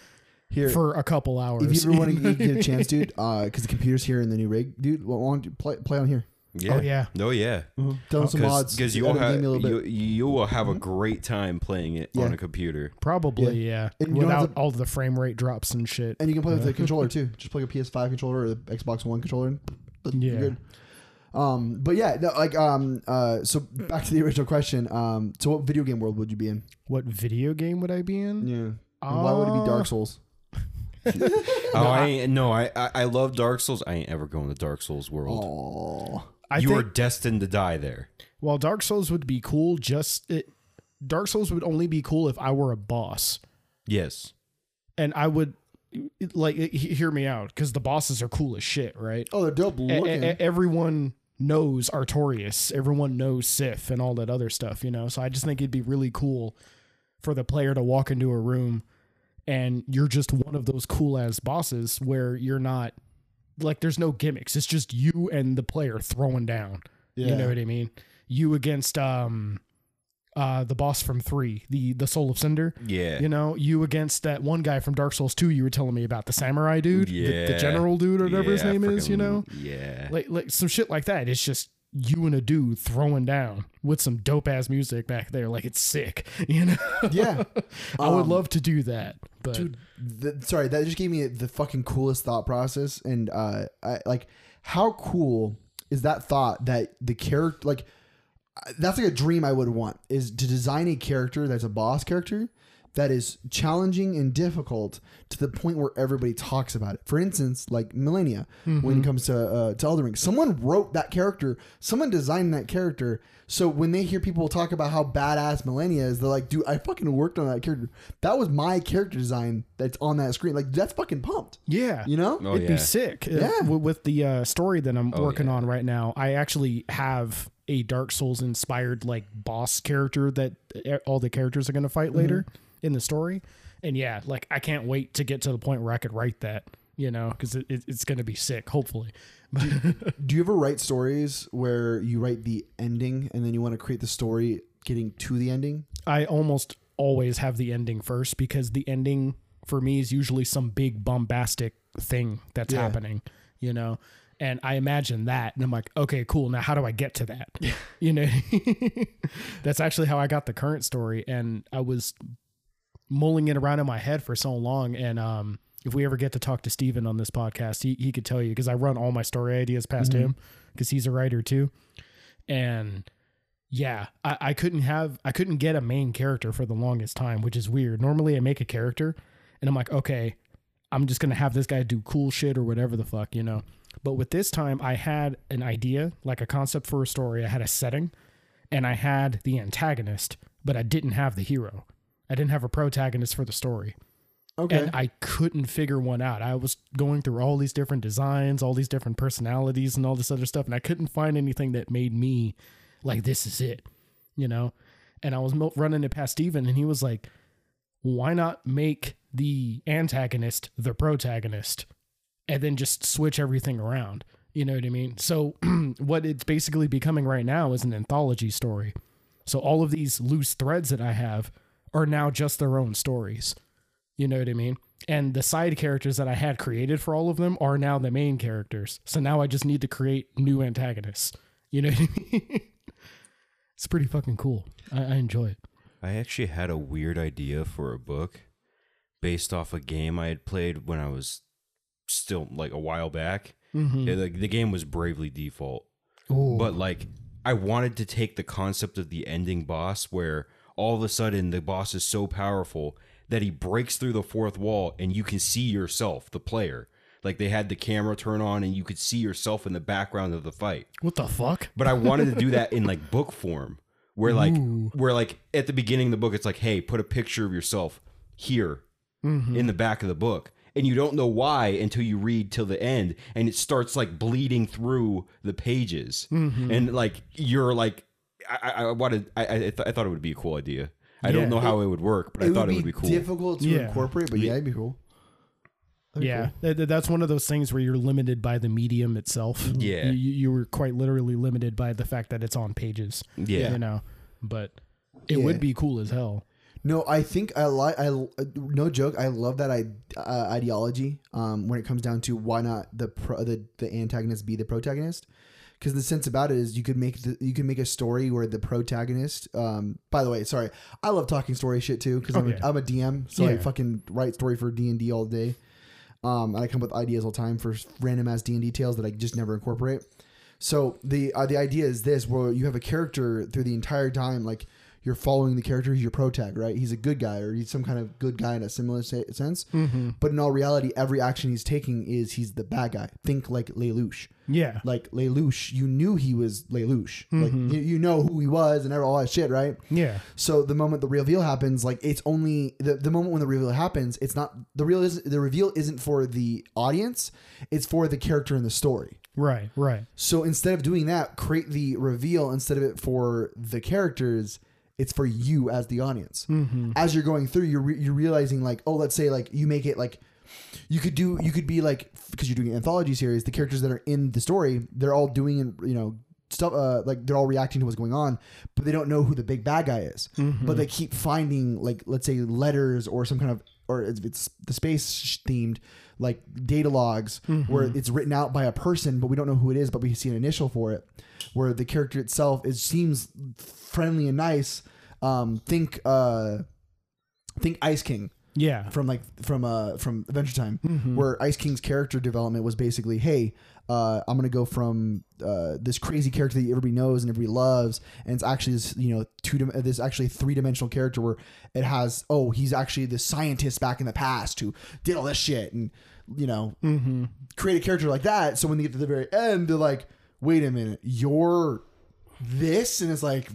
Speaker 1: Here,
Speaker 2: for a couple hours." (laughs)
Speaker 1: if you ever want to get a chance, dude, because the computer's here in the new rig, dude. Why don't you play play on here?
Speaker 3: Yeah.
Speaker 2: Oh, yeah.
Speaker 3: Oh yeah.
Speaker 1: Throw in some mods.
Speaker 3: Because you will
Speaker 1: edit the
Speaker 3: have
Speaker 1: game a little
Speaker 3: you,
Speaker 1: bit.
Speaker 3: you will have a great time playing it on
Speaker 1: Yeah.
Speaker 3: a computer.
Speaker 2: Probably, yeah,
Speaker 1: And you don't have
Speaker 2: without
Speaker 1: to-
Speaker 2: all the frame rate drops and shit.
Speaker 1: and you can play with the (laughs) controller too. Just plug a PS5 controller or the Xbox One controller. And you're
Speaker 2: Yeah.
Speaker 1: good. Um, but yeah, no, like um, uh, so back to the original question. Um, so what video game world would you be in?
Speaker 2: what video game would I be in?
Speaker 1: Yeah. Ah. And why would it be
Speaker 2: Uh,
Speaker 1: Dark Souls?
Speaker 3: Oh, I ain't, no, I, I I love Dark Souls. I ain't ever going to Dark Souls world.
Speaker 1: Oh,
Speaker 2: I
Speaker 3: you
Speaker 2: think,
Speaker 3: are destined to die there.
Speaker 2: while Dark Souls would be cool, just it, Dark Souls would only be cool if I were a boss.
Speaker 3: Yes.
Speaker 2: and I would like he- hear me out because the bosses are cool as shit, right?
Speaker 1: oh, they're dope
Speaker 2: E-
Speaker 1: looking.
Speaker 2: e- everyone knows Artorias, everyone knows Sif, and all that other stuff, you know. So I just think it'd be really cool for the player to walk into a room and you're just one of those cool ass bosses where you're not like there's no gimmicks. It's just you and the player throwing down. You know what I mean? You against um uh the boss from three, the the Soul of Cinder.
Speaker 3: Yeah.
Speaker 2: You know, you against that one guy from Dark Souls 2 you were telling me about, the samurai dude, the- the,
Speaker 3: Yeah.
Speaker 2: general dude or whatever his
Speaker 3: Yeah, I
Speaker 2: name is, you
Speaker 3: freaking-
Speaker 2: know?
Speaker 3: Yeah.
Speaker 2: Like like some shit like that. It's just you and a dude throwing down with some dope ass music back there. Like it's sick, (laughs) you know?
Speaker 1: yeah.
Speaker 2: I would
Speaker 1: Um,
Speaker 2: love to do that. But
Speaker 1: dude the, sorry that just gave me the fucking coolest thought process and uh I, like how cool is that thought that the character like I- that's like a dream i would want is to design a character that's a boss character that is challenging and difficult to the point where everybody talks about it. For instance, like Millennia, when it comes to uh, to Elden Ring, someone wrote that character, someone designed that character. So when they hear people talk about how badass Millennia is, they're like, "Dude, I fucking worked on that character. That was my character design that's on that screen. Like that's fucking pumped."
Speaker 2: yeah.
Speaker 1: You know?
Speaker 3: oh
Speaker 2: It'd
Speaker 3: yeah.
Speaker 2: be sick. Uh,
Speaker 1: Yeah.
Speaker 2: w- with the uh, story that I'm
Speaker 3: Oh,
Speaker 2: working
Speaker 3: yeah.
Speaker 2: on right now, I actually have a Dark Souls inspired like boss character that uh, all the characters are going to fight
Speaker 3: Mm-hmm.
Speaker 2: later in the story. And yeah, like I can't wait to get to the point where I could write that, you know, because it, it, it's going to be sick, hopefully.
Speaker 1: Do you ever write stories where you write the ending and then you want to create the story getting to the ending?
Speaker 2: I almost always have the ending first because the ending for me is usually some big bombastic thing that's
Speaker 1: Yeah.
Speaker 2: happening, you know. And I imagine that, and I'm like, okay, cool. Now, how do I get to that? You know, (laughs) that's actually how I got the current story, and I was mulling it around in my head for so long. And um, if we ever get to talk to Steven on this podcast, he he could tell you because I run all my story ideas past him because he's a writer too. And yeah, I, I couldn't have I couldn't get a main character for the longest time, which is weird. Normally I make a character and I'm like, okay, I'm just gonna have this guy do cool shit or whatever the fuck, you know. But with this time I had an idea, like a concept for a story, I had a setting, and I had the antagonist, but I didn't have the hero. I didn't have a protagonist for the story
Speaker 1: Okay.
Speaker 2: and I couldn't figure one out. I was going through all these different designs, all these different personalities, and all this other stuff, and I couldn't find anything that made me like this is it, you know. And I was mil- running it past Steven, and he was like, "Why not make the antagonist the protagonist, and then just switch everything around?" You know what I mean? So (clears throat) what it's basically becoming right now is an anthology story. So all of these loose threads that I have are now just their own stories. You know what I mean? And the side characters that I had created for all of them are now the main characters. So now I just need to create new antagonists. You know what I (laughs) mean? it's pretty fucking cool. I, I enjoy it.
Speaker 3: I actually had a weird idea for a book based off a game I had played when I was still like a while back.
Speaker 2: Mm-hmm.
Speaker 3: Yeah, like, the game was Bravely Default, but like I wanted to take the concept of the ending boss where all of a sudden the boss is so powerful that he breaks through the fourth wall and you can see yourself, the player. Like they had the camera turn on and you could see yourself in the background of the fight
Speaker 2: what the fuck?
Speaker 3: but I wanted to do that in (laughs) like book form, where like where like Mm-hmm. at the beginning of the book, it's like, hey, put a picture of yourself here in the back of the book, and you don't know why until you read till the end and it starts like bleeding through the pages and like you're like i i, I wanted I, I, th- I thought it would be a cool idea i
Speaker 2: Yeah.
Speaker 3: don't know how it would work but i thought it would be cool (laughs)
Speaker 1: difficult to
Speaker 2: Yeah.
Speaker 1: incorporate, but yeah, it'd be cool. That'd be
Speaker 2: yeah,
Speaker 1: cool.
Speaker 2: That- that- that's one of those things where you're limited by the medium itself.
Speaker 3: Yeah.
Speaker 2: you, you you were quite literally limited by the fact that it's on pages.
Speaker 3: Yeah.
Speaker 2: you know, but it
Speaker 1: Yeah.
Speaker 2: would be cool as hell.
Speaker 1: No, I think I like I no joke. I love that I, uh, ideology. Um, when it comes down to why not the pro, the the antagonist be the protagonist, because the sense about it is you could make the, you could make a story where the protagonist. Um, by the way, sorry, I love talking story shit too because I'm,
Speaker 2: Oh, yeah.
Speaker 1: a, I'm a DM, so I
Speaker 2: Yeah.
Speaker 1: fucking write story for D and D all day. Um, and I come up with ideas all the time for random ass D and D tales that I just never incorporate. So the uh, the idea is this: where you have a character through the entire time, like you're following the character. He's your protag, right? He's a good guy, or he's some kind of good guy in a similar se- sense.
Speaker 2: Mm-hmm.
Speaker 1: But in all reality, every action he's taking is he's the bad guy. Think like Lelouch.
Speaker 2: Yeah,
Speaker 1: Like Lelouch, you knew he was Lelouch. Like you, you know who he was and all that shit, right?
Speaker 2: Mm-hmm. yeah,
Speaker 1: So the moment the reveal happens, like it's only the, the moment when the reveal happens, it's not the real is the reveal isn't for the audience, it's for the character in the story.
Speaker 2: right, right.
Speaker 1: So instead of doing that, create the reveal instead of it for the characters. It's for you as the audience. As you're going through, you're re- you're realizing like, oh, let's say like you make it like you could do you could be like because you're doing an anthology series. The characters that are in the story, they're all doing you know stuff uh, like they're all reacting to what's going on, but they don't know who the big bad guy is. But they keep finding like let's say letters or some kind of or it's, it's the space themed like data logs where it's written out by a person but we don't know who it is but we see an initial for it where the character itself it seems friendly and nice um think uh think ice king
Speaker 2: Yeah,
Speaker 1: from like from uh from Adventure Time, where Ice King's character development was basically, hey, uh, I'm gonna go from uh, this crazy character that everybody knows and everybody loves, and it's actually this you know two dim- this actually three dimensional character where it has oh he's actually the scientist back in the past who did all this shit and you know create a character like that. So when they get to the very end, they're like, wait a minute, you're this, and it's like,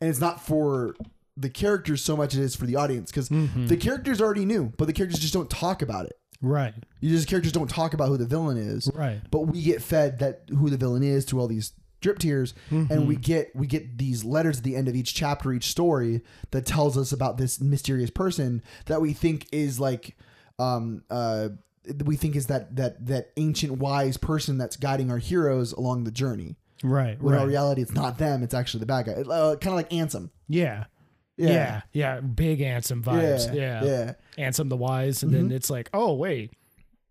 Speaker 1: and it's not for the characters so much as it is for the audience because
Speaker 2: Mm-hmm.
Speaker 1: the characters already knew, but the characters just don't talk about it.
Speaker 2: right,
Speaker 1: You just characters don't talk about who the villain is,
Speaker 2: right.
Speaker 1: but we get fed that who the villain is through all these drip tiers, and
Speaker 2: Mm-hmm.
Speaker 1: we get we get these letters at the end of each chapter, each story that tells us about this mysterious person that we think is like, um, uh, we think is that that that ancient wise person that's guiding our heroes along the journey.
Speaker 2: Right,
Speaker 1: When
Speaker 2: right.
Speaker 1: in reality, it's not them; it's actually the bad guy. Uh, kind of like Ansem.
Speaker 2: yeah. yeah, yeah, Big Ansem vibes. Yeah,
Speaker 1: yeah. Mm-hmm.
Speaker 2: Ansem the Wise, and then it's like, oh wait,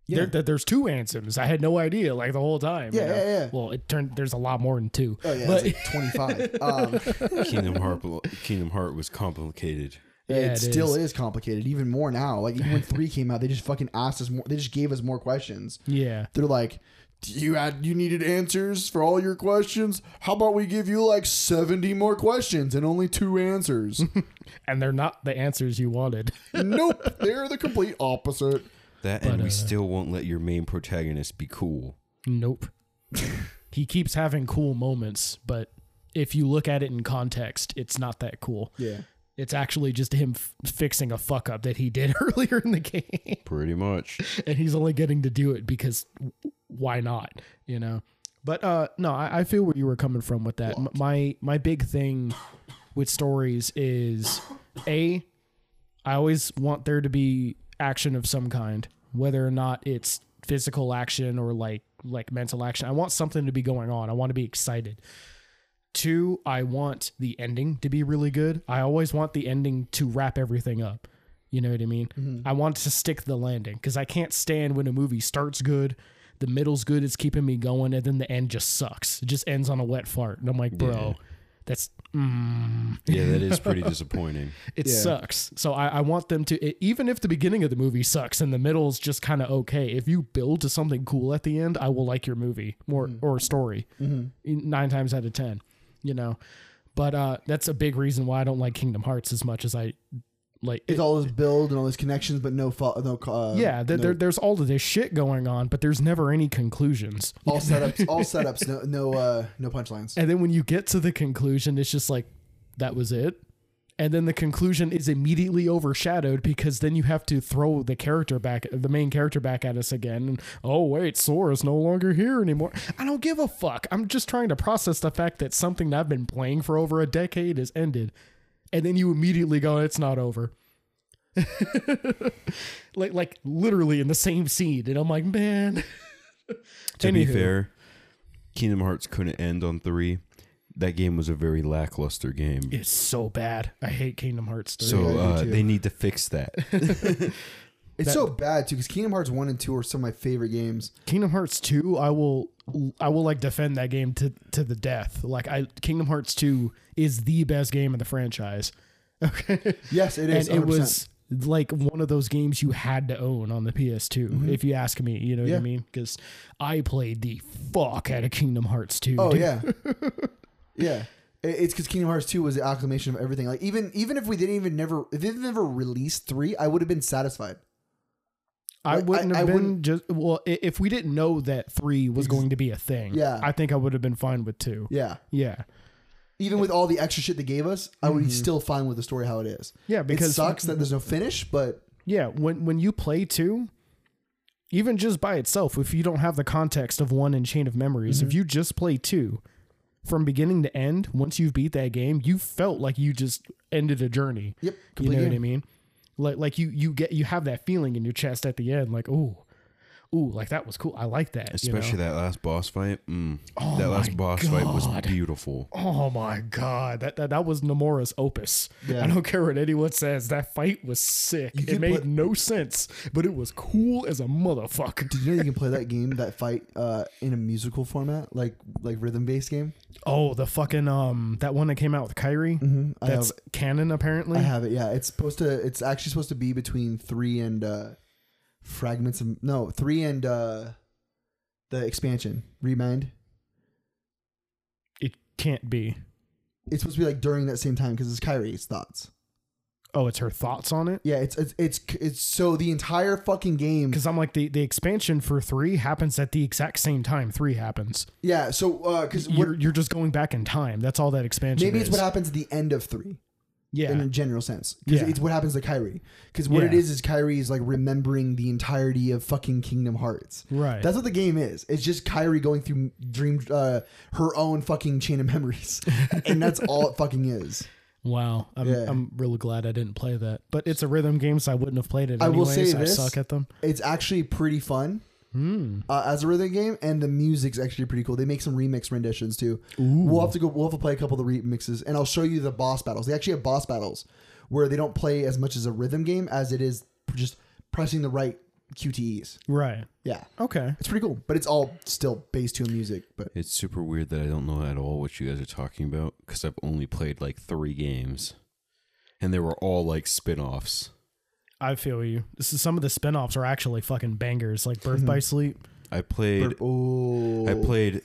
Speaker 1: Yeah.
Speaker 2: there, there- there's two Ansems. I had no idea, like the whole time. you
Speaker 1: Yeah,
Speaker 2: know?
Speaker 1: yeah, yeah.
Speaker 2: Well, it turned there's a lot more than two.
Speaker 1: Oh yeah, (laughs)
Speaker 2: but
Speaker 1: it's like
Speaker 2: (laughs)
Speaker 1: 25. Um,
Speaker 3: kingdom heart kingdom heart was complicated
Speaker 2: Yeah,
Speaker 1: it,
Speaker 2: it
Speaker 1: still is. complicated, even more now. Like
Speaker 2: (laughs)
Speaker 1: even when three came out, they just fucking asked us more. They just gave us more questions.
Speaker 2: yeah,
Speaker 1: They're like, "Do "You had you needed answers for all your questions. How about we give you like 70 more questions and only two
Speaker 2: (laughs)
Speaker 1: answers?
Speaker 2: and they're not the answers you wanted. (laughs)
Speaker 1: nope, they're the complete opposite.
Speaker 3: that and we still won't let your main protagonist be cool
Speaker 1: (laughs)
Speaker 2: nope. he keeps having cool moments, but if you look at it in context, it's not that cool.
Speaker 1: Yeah,
Speaker 2: It's actually just him f- fixing a fuck up that he did (laughs) earlier in the game.
Speaker 3: pretty much
Speaker 2: (laughs) and he's only getting to do it because w- why not you know but uh no i, I feel where you were coming from with that M- my my big thing with stories is a i always want there to be action of some kind whether or not it's physical action or like like mental action i want something to be going on i want to be excited Two, I want the ending to be really good. I always want the ending to wrap everything up. You know what I mean? I want to stick the landing because I can't stand when a movie starts good, the middle's good, it's keeping me going, and then the end just sucks. It just ends on a wet fart. And I'm like, bro, that's mm,
Speaker 3: yeah that is pretty disappointing
Speaker 2: (laughs) it
Speaker 1: Yeah.
Speaker 2: sucks. So I, I want them to, it, even if the beginning of the movie sucks and the middle's just kind of okay, if you build to something cool at the end, I will like your movie more
Speaker 1: Mm-hmm.
Speaker 2: or story In- nine times out of 10, you know? But uh, that's a big reason why I don't like Kingdom Hearts as much as I like.
Speaker 1: it's all this build and all these connections, but no, fo- no, uh,
Speaker 2: yeah, th-
Speaker 1: no
Speaker 2: there, there's all of this shit going on, but there's never any conclusions. (laughs)
Speaker 1: all setups, all setups, no, no, uh, no punchlines.
Speaker 2: And then when you get to the conclusion, it's just like, that was it. and then the conclusion is immediately overshadowed because then you have to throw the character back the main character back at us again and oh wait Sora's no longer here anymore i don't give a fuck i'm just trying to process the fact that something that i've been playing for over a decade has ended and then you immediately go it's not over (laughs) like like literally in the same scene and i'm like man
Speaker 3: To be
Speaker 2: Anywho.
Speaker 3: fair, Kingdom Hearts couldn't end on three. That game was a very lackluster game.
Speaker 2: it's so bad i hate kingdom hearts 3
Speaker 3: So
Speaker 1: Yeah, I do
Speaker 3: uh,
Speaker 1: too.
Speaker 3: they need to fix
Speaker 2: (laughs)
Speaker 3: that.
Speaker 1: It's so bad too because Kingdom Hearts one and two are some of my favorite games.
Speaker 2: Kingdom Hearts 2, I will I will like defend that game to to the death. Like I Kingdom Hearts 2 is the best game in the franchise. Okay.
Speaker 1: Yes, it
Speaker 2: And
Speaker 1: is.
Speaker 2: it was like one of those games you had to own on the PS2, if you ask me. You know what
Speaker 1: Mm-hmm. Yeah.
Speaker 2: I mean? Because I played the fuck out of Kingdom Hearts 2.
Speaker 1: Oh
Speaker 2: dude. (laughs)
Speaker 1: yeah, yeah. I- It's because Kingdom Hearts two was the acclamation of everything. Like even even if we didn't even never if they never released three, I would have been satisfied.
Speaker 2: I
Speaker 1: Like,
Speaker 2: wouldn't
Speaker 1: I-
Speaker 2: have
Speaker 1: I
Speaker 2: been
Speaker 1: wouldn't-
Speaker 2: just well i- if we didn't know that three was going to be a thing.
Speaker 1: Yeah.
Speaker 2: I think I would have been fine with two.
Speaker 1: Yeah.
Speaker 2: Yeah,
Speaker 1: Even with all the extra shit they gave us, I would be still fine with the story how it is.
Speaker 2: Mm-hmm. yeah because
Speaker 1: it sucks that there's no finish, but
Speaker 2: Yeah, when when you play two, even just by itself, if you don't have the context of one and Chain of Memories,
Speaker 1: Mm-hmm.
Speaker 2: if you just play two from beginning to end, once you've beat that game, you felt like you just ended a journey.
Speaker 1: yep.
Speaker 2: you
Speaker 1: complete
Speaker 2: know what I
Speaker 1: game.
Speaker 2: mean? Like like you you get you have that feeling in your chest at the end, like oh, ooh, like that was cool. I like that. you know?
Speaker 3: Especially that last boss fight. Mm.
Speaker 2: Oh
Speaker 3: that last
Speaker 2: my
Speaker 3: boss fight was
Speaker 2: God.
Speaker 3: beautiful.
Speaker 2: Oh my god, that that, that was Nomura's opus.
Speaker 1: Yeah.
Speaker 2: I don't care what anyone says. That fight was sick. it
Speaker 1: could
Speaker 2: made
Speaker 1: put-
Speaker 2: no sense, but it was cool as a motherfucker.
Speaker 1: Did you know you can play that game, that fight, uh, in a musical format, like like rhythm based game?
Speaker 2: Oh, the fucking um that one that came out with Kyrie.
Speaker 1: Mm, I have,
Speaker 2: Mm-hmm. That's canon apparently.
Speaker 1: I have it. Yeah, it's supposed to. It's actually supposed to be between three and uh, fragments of no three and uh, the expansion remind.
Speaker 2: it can't be.
Speaker 1: It's supposed to be like during that same time because it's Kyrie's thoughts.
Speaker 2: Oh, it's her thoughts on it.
Speaker 1: Yeah, it's it's it's it's so the entire fucking game.
Speaker 2: Because I'm like the the expansion for three happens at the exact same time three happens.
Speaker 1: Yeah, so because what
Speaker 2: You're, you're just going back in time. That's all that expansion.
Speaker 1: maybe
Speaker 2: is.
Speaker 1: it's what happens at the end of three.
Speaker 2: Yeah,
Speaker 1: in a general sense. Because
Speaker 2: Yeah.
Speaker 1: it's what happens to Kyrie. Because what it
Speaker 2: Yeah.
Speaker 1: is is Kyrie is like remembering the entirety of fucking Kingdom Hearts.
Speaker 2: Right.
Speaker 1: That's what the game is. It's just Kyrie going through dream uh, her own fucking chain of memories, (laughs) and that's all it fucking is.
Speaker 2: wow. I'm
Speaker 1: Yeah.
Speaker 2: I'm really glad I didn't play that. But it's a rhythm game, so I wouldn't have played it.
Speaker 1: I
Speaker 2: Anyways.
Speaker 1: will say this.
Speaker 2: I suck at them.
Speaker 1: It's actually pretty fun.
Speaker 2: Hmm.
Speaker 1: Uh, as a rhythm game, and the music's actually pretty cool. They make some remix renditions too. We'll have to go. We'll have to play a couple of the remixes, and I'll show you the boss battles. They actually have boss battles where they don't play as much as a rhythm game as it is just pressing the right QTEs.
Speaker 2: Right.
Speaker 1: Yeah.
Speaker 2: Okay.
Speaker 1: It's pretty cool, but it's all still based to music. But
Speaker 3: It's super weird that I don't know at all what you guys are talking about because I've only played like three games, and they were all like spin-offs.
Speaker 2: I feel you. This is some of the spin-offs are actually fucking bangers, like
Speaker 1: Mm-hmm.
Speaker 2: Birth by Sleep.
Speaker 3: I played.
Speaker 1: oh,
Speaker 3: I played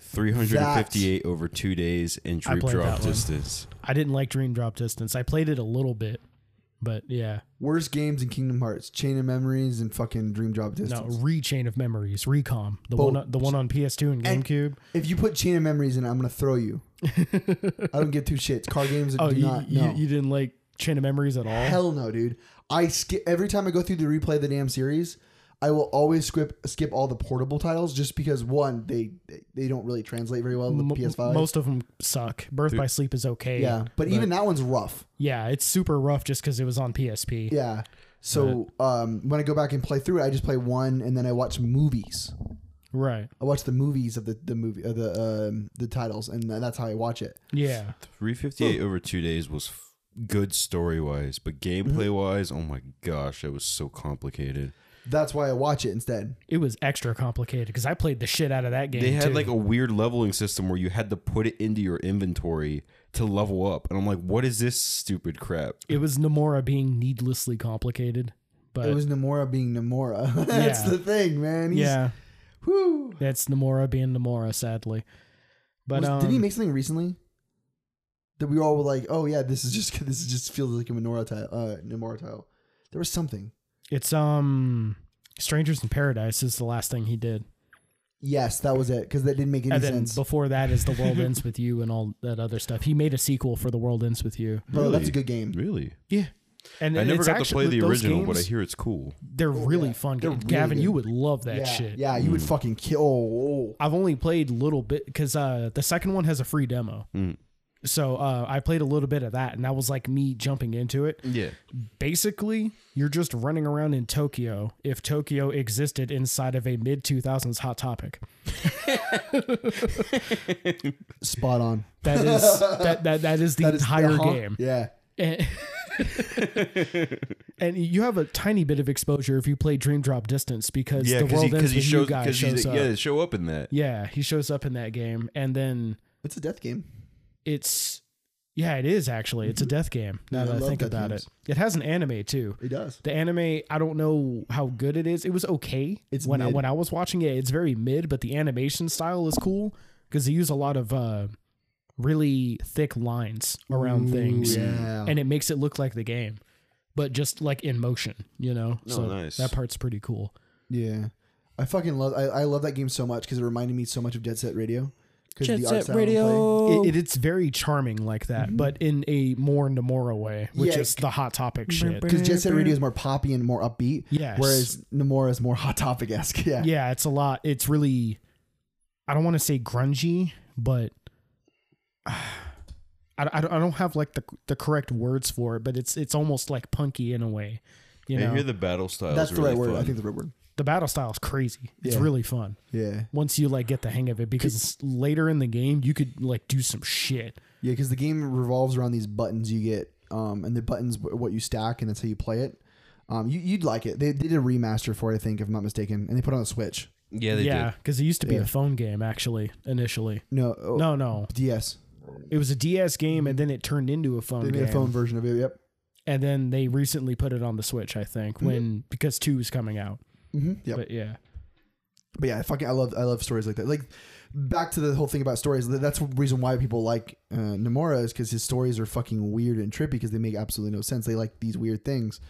Speaker 3: 358 over two days in
Speaker 2: I
Speaker 3: Dream
Speaker 2: played
Speaker 3: Drop
Speaker 2: that one.
Speaker 3: Distance.
Speaker 2: I didn't like Dream Drop Distance. I played it a little bit, but yeah.
Speaker 1: worst games in Kingdom Hearts: Chain of Memories and fucking Dream Drop
Speaker 2: No,
Speaker 1: Distance.
Speaker 2: Rechain of Memories, Recom, the
Speaker 1: Bo-
Speaker 2: one the one on PS2 and
Speaker 1: And-
Speaker 2: GameCube.
Speaker 1: If you put Chain of Memories in, it, I'm gonna throw
Speaker 2: (laughs)
Speaker 1: you. I don't give two shits. Card games I
Speaker 2: oh,
Speaker 1: do
Speaker 2: you,
Speaker 1: not.
Speaker 2: you,
Speaker 1: No,
Speaker 2: you didn't like Chain of Memories at all?
Speaker 1: hell no, dude. I skip every time I go through the replay of the damn series. I will always skip skip all the portable titles just because one they they don't really translate very well on the
Speaker 2: M-
Speaker 1: PS5.
Speaker 2: Most of them suck. Birth by Sleep is okay.
Speaker 1: yeah, but, even that one's rough.
Speaker 2: yeah, it's super rough just because it was on PSP.
Speaker 1: Yeah. So um, when I go back and play through it, I just play one, and then I watch movies.
Speaker 2: Right.
Speaker 1: I watch the movies of the the movie of the um, the titles, and tha- that's how I watch it.
Speaker 2: Yeah.
Speaker 3: 358 over two days was f- good story wise, but
Speaker 2: Mm-hmm.
Speaker 3: gameplay wise, oh my gosh, that was so complicated.
Speaker 1: That's why I watch it instead.
Speaker 2: It was extra complicated because I played the shit out of that game.
Speaker 3: They had
Speaker 2: too.
Speaker 3: like a weird leveling system where you had to put it into your inventory to level up, and I'm like, what is this stupid crap?
Speaker 2: it was Nomura being needlessly complicated. But
Speaker 1: It was Namora being Namora. (laughs) that's
Speaker 2: Yeah.
Speaker 1: the thing, man. He's,
Speaker 2: yeah,
Speaker 1: Whoo.
Speaker 2: that's Nomura being Nomura, sadly. But
Speaker 1: Was-
Speaker 2: um,
Speaker 1: did he make something recently? That we all were like, oh yeah, this is just (laughs) this is just feels like a Minora tile. Uh, Namora tile. There was something.
Speaker 2: It's um Strangers in Paradise is the last thing he did.
Speaker 1: Yes, that was it because that didn't make any
Speaker 2: and then
Speaker 1: sense.
Speaker 2: before that is the
Speaker 1: (laughs)
Speaker 2: world ends with you and all that other stuff. He made a sequel for the world ends with you.
Speaker 1: Bro, that's
Speaker 3: Really?
Speaker 1: a good game.
Speaker 3: Really?
Speaker 2: Yeah, and
Speaker 3: I never
Speaker 2: it's
Speaker 3: got to
Speaker 2: actually-
Speaker 3: play the
Speaker 2: those
Speaker 3: original, but I
Speaker 2: games,
Speaker 3: hear it's cool.
Speaker 2: they're really fun.
Speaker 1: They're
Speaker 2: games.
Speaker 1: really
Speaker 2: Gavin,
Speaker 1: good.
Speaker 2: you would love that
Speaker 1: yeah,
Speaker 2: shit. Hmm.
Speaker 1: yeah, you would fucking kill. Oh,
Speaker 2: I've only played little bit because uh, the second one has a free demo.
Speaker 3: Hmm.
Speaker 2: So uh, I played a little bit of that, and that was like me jumping into it.
Speaker 3: Yeah.
Speaker 2: Basically, you're just running around in Tokyo if Tokyo existed inside of a mid 2000s hot topic.
Speaker 1: spot on.
Speaker 2: That
Speaker 1: (laughs)
Speaker 2: is that that, that is the
Speaker 1: That is
Speaker 2: entire
Speaker 1: uh-huh.
Speaker 2: game.
Speaker 1: Yeah,
Speaker 2: And, (laughs) and you have a tiny bit of exposure if you play Dream Drop Distance because
Speaker 3: Yeah,
Speaker 2: the
Speaker 3: because
Speaker 2: world
Speaker 3: he,
Speaker 2: ends
Speaker 3: cause he
Speaker 2: with you
Speaker 3: shows,
Speaker 2: guy
Speaker 3: cause
Speaker 2: shows
Speaker 3: he's,
Speaker 2: up.
Speaker 3: yeah, they show up in that.
Speaker 2: yeah, he shows up in that game, and then
Speaker 1: it's a death game.
Speaker 2: it's yeah, it is actually. It's a death game. Now
Speaker 1: Yeah, I
Speaker 2: that I,
Speaker 1: love
Speaker 2: think
Speaker 1: death
Speaker 2: about
Speaker 1: games.
Speaker 2: it, it has an anime too.
Speaker 1: It does.
Speaker 2: The anime, I don't know how good it is. It was okay.
Speaker 1: It's
Speaker 2: when I,
Speaker 1: mid.
Speaker 2: when I was watching it, it's very mid, but the animation style is cool because they use a lot of uh, really thick lines around
Speaker 1: Ooh,
Speaker 2: things,
Speaker 1: yeah.
Speaker 2: and it makes it look like the game, but just like in motion, you know.
Speaker 3: Oh,
Speaker 2: so
Speaker 3: nice.
Speaker 2: that part's pretty cool.
Speaker 1: Yeah, I fucking love. I, I love that game so much because it reminded me so much of Dead Set Radio. 'Cause
Speaker 4: Jet
Speaker 1: the art
Speaker 4: Set
Speaker 1: style and play.
Speaker 4: Radio.
Speaker 2: It, it, it's very charming like that, but in a more Nomura way, which
Speaker 1: Yeah.
Speaker 2: is the hot topic shit.
Speaker 1: Because Jet Set Radio is more poppy and more upbeat.
Speaker 2: Yes.
Speaker 1: Whereas Nomura is more (laughs) Hot Topic esque. Yeah.
Speaker 2: yeah, it's a lot. It's really, I don't want to say grungy, but (sighs) I, I, don't- I don't have like the the correct words for it. But it's it's almost like punky in a way. You know,
Speaker 3: I hear
Speaker 2: the,
Speaker 3: the battle style.
Speaker 1: That's the
Speaker 3: really
Speaker 1: right word.
Speaker 3: fun.
Speaker 1: I think the right word.
Speaker 2: battle style is crazy. It's
Speaker 1: Yeah.
Speaker 2: really fun
Speaker 1: Yeah.
Speaker 2: once you like get the hang of it because later in the game you could like do some shit.
Speaker 1: Yeah, because the game revolves around these buttons you get, um, and the buttons w- what you stack, and that's how you play it. Um, you, you'd like it. They, they did a remaster for it, I think, if I'm not mistaken, and they put it on the Switch.
Speaker 3: yeah, they
Speaker 2: yeah,
Speaker 3: did.
Speaker 2: because it used to be
Speaker 1: Yeah.
Speaker 2: a phone game actually initially.
Speaker 1: No, oh,
Speaker 2: No, no,
Speaker 1: DS.
Speaker 2: it was a DS game and then it turned into a phone.
Speaker 1: They made
Speaker 2: game.
Speaker 1: a phone version of it. Yep.
Speaker 2: and then they recently put it on the Switch, I think, when because two is coming out.
Speaker 1: Mm-hmm. Yep. But,
Speaker 2: But yeah,
Speaker 1: yeah, fucking, I love I love stories like that. Like back to the whole thing about stories. th- That's the reason why people like uh, Nomura is because his stories are fucking weird and trippy because they make absolutely no sense. They like these weird things.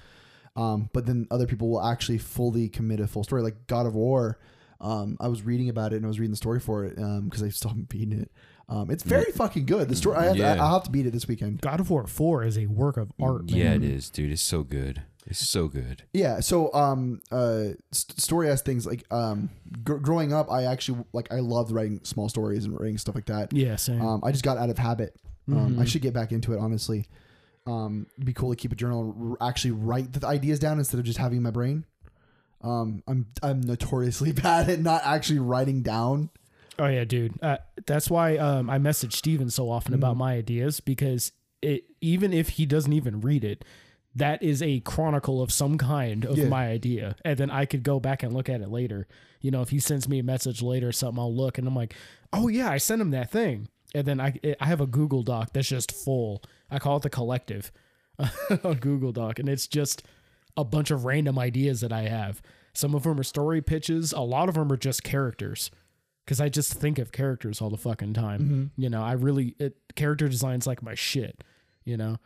Speaker 1: Um, but then other people will actually fully commit a full story, like God of War. Um, I was reading about it and I was reading the story for it because I still haven't beaten it. Um, it's very fucking good. The story I have, I,
Speaker 3: Yeah.
Speaker 1: I'll have to beat it this weekend.
Speaker 2: God of War Four is a work of art.
Speaker 3: Yeah,
Speaker 2: man.
Speaker 3: it is, dude. It's so good. It's so good.
Speaker 1: Yeah. So, um, uh, st- story as things like um, gr- growing up, I actually like I loved writing small stories and writing stuff like that.
Speaker 2: yeah, Mm-hmm. same.
Speaker 1: Um, I just got out of habit. Um, I should get back into it, honestly. Um, it'd be cool to keep a journal, and r- actually write the ideas down instead of just having my brain. Um, I'm I'm notoriously (laughs) bad at not actually writing down.
Speaker 2: oh yeah, dude. Uh, that's why um, I message Steven so often about my ideas because it even if he doesn't even read it. That is a chronicle of some kind of
Speaker 1: Yeah.
Speaker 2: my idea. And then I could go back and look at it later. You know, if he sends me a message later or something, I'll look and I'm like, oh, yeah, I sent him that thing. And then I, I have a Google Doc that's just full. I call it the collective. (laughs) on Google Doc, and it's just a bunch of random ideas that I have. Some of them are story pitches. A lot of them are just characters, because I just think of characters all the fucking time.
Speaker 1: Mm-hmm.
Speaker 2: You know, I really it, character design's like my shit. You know,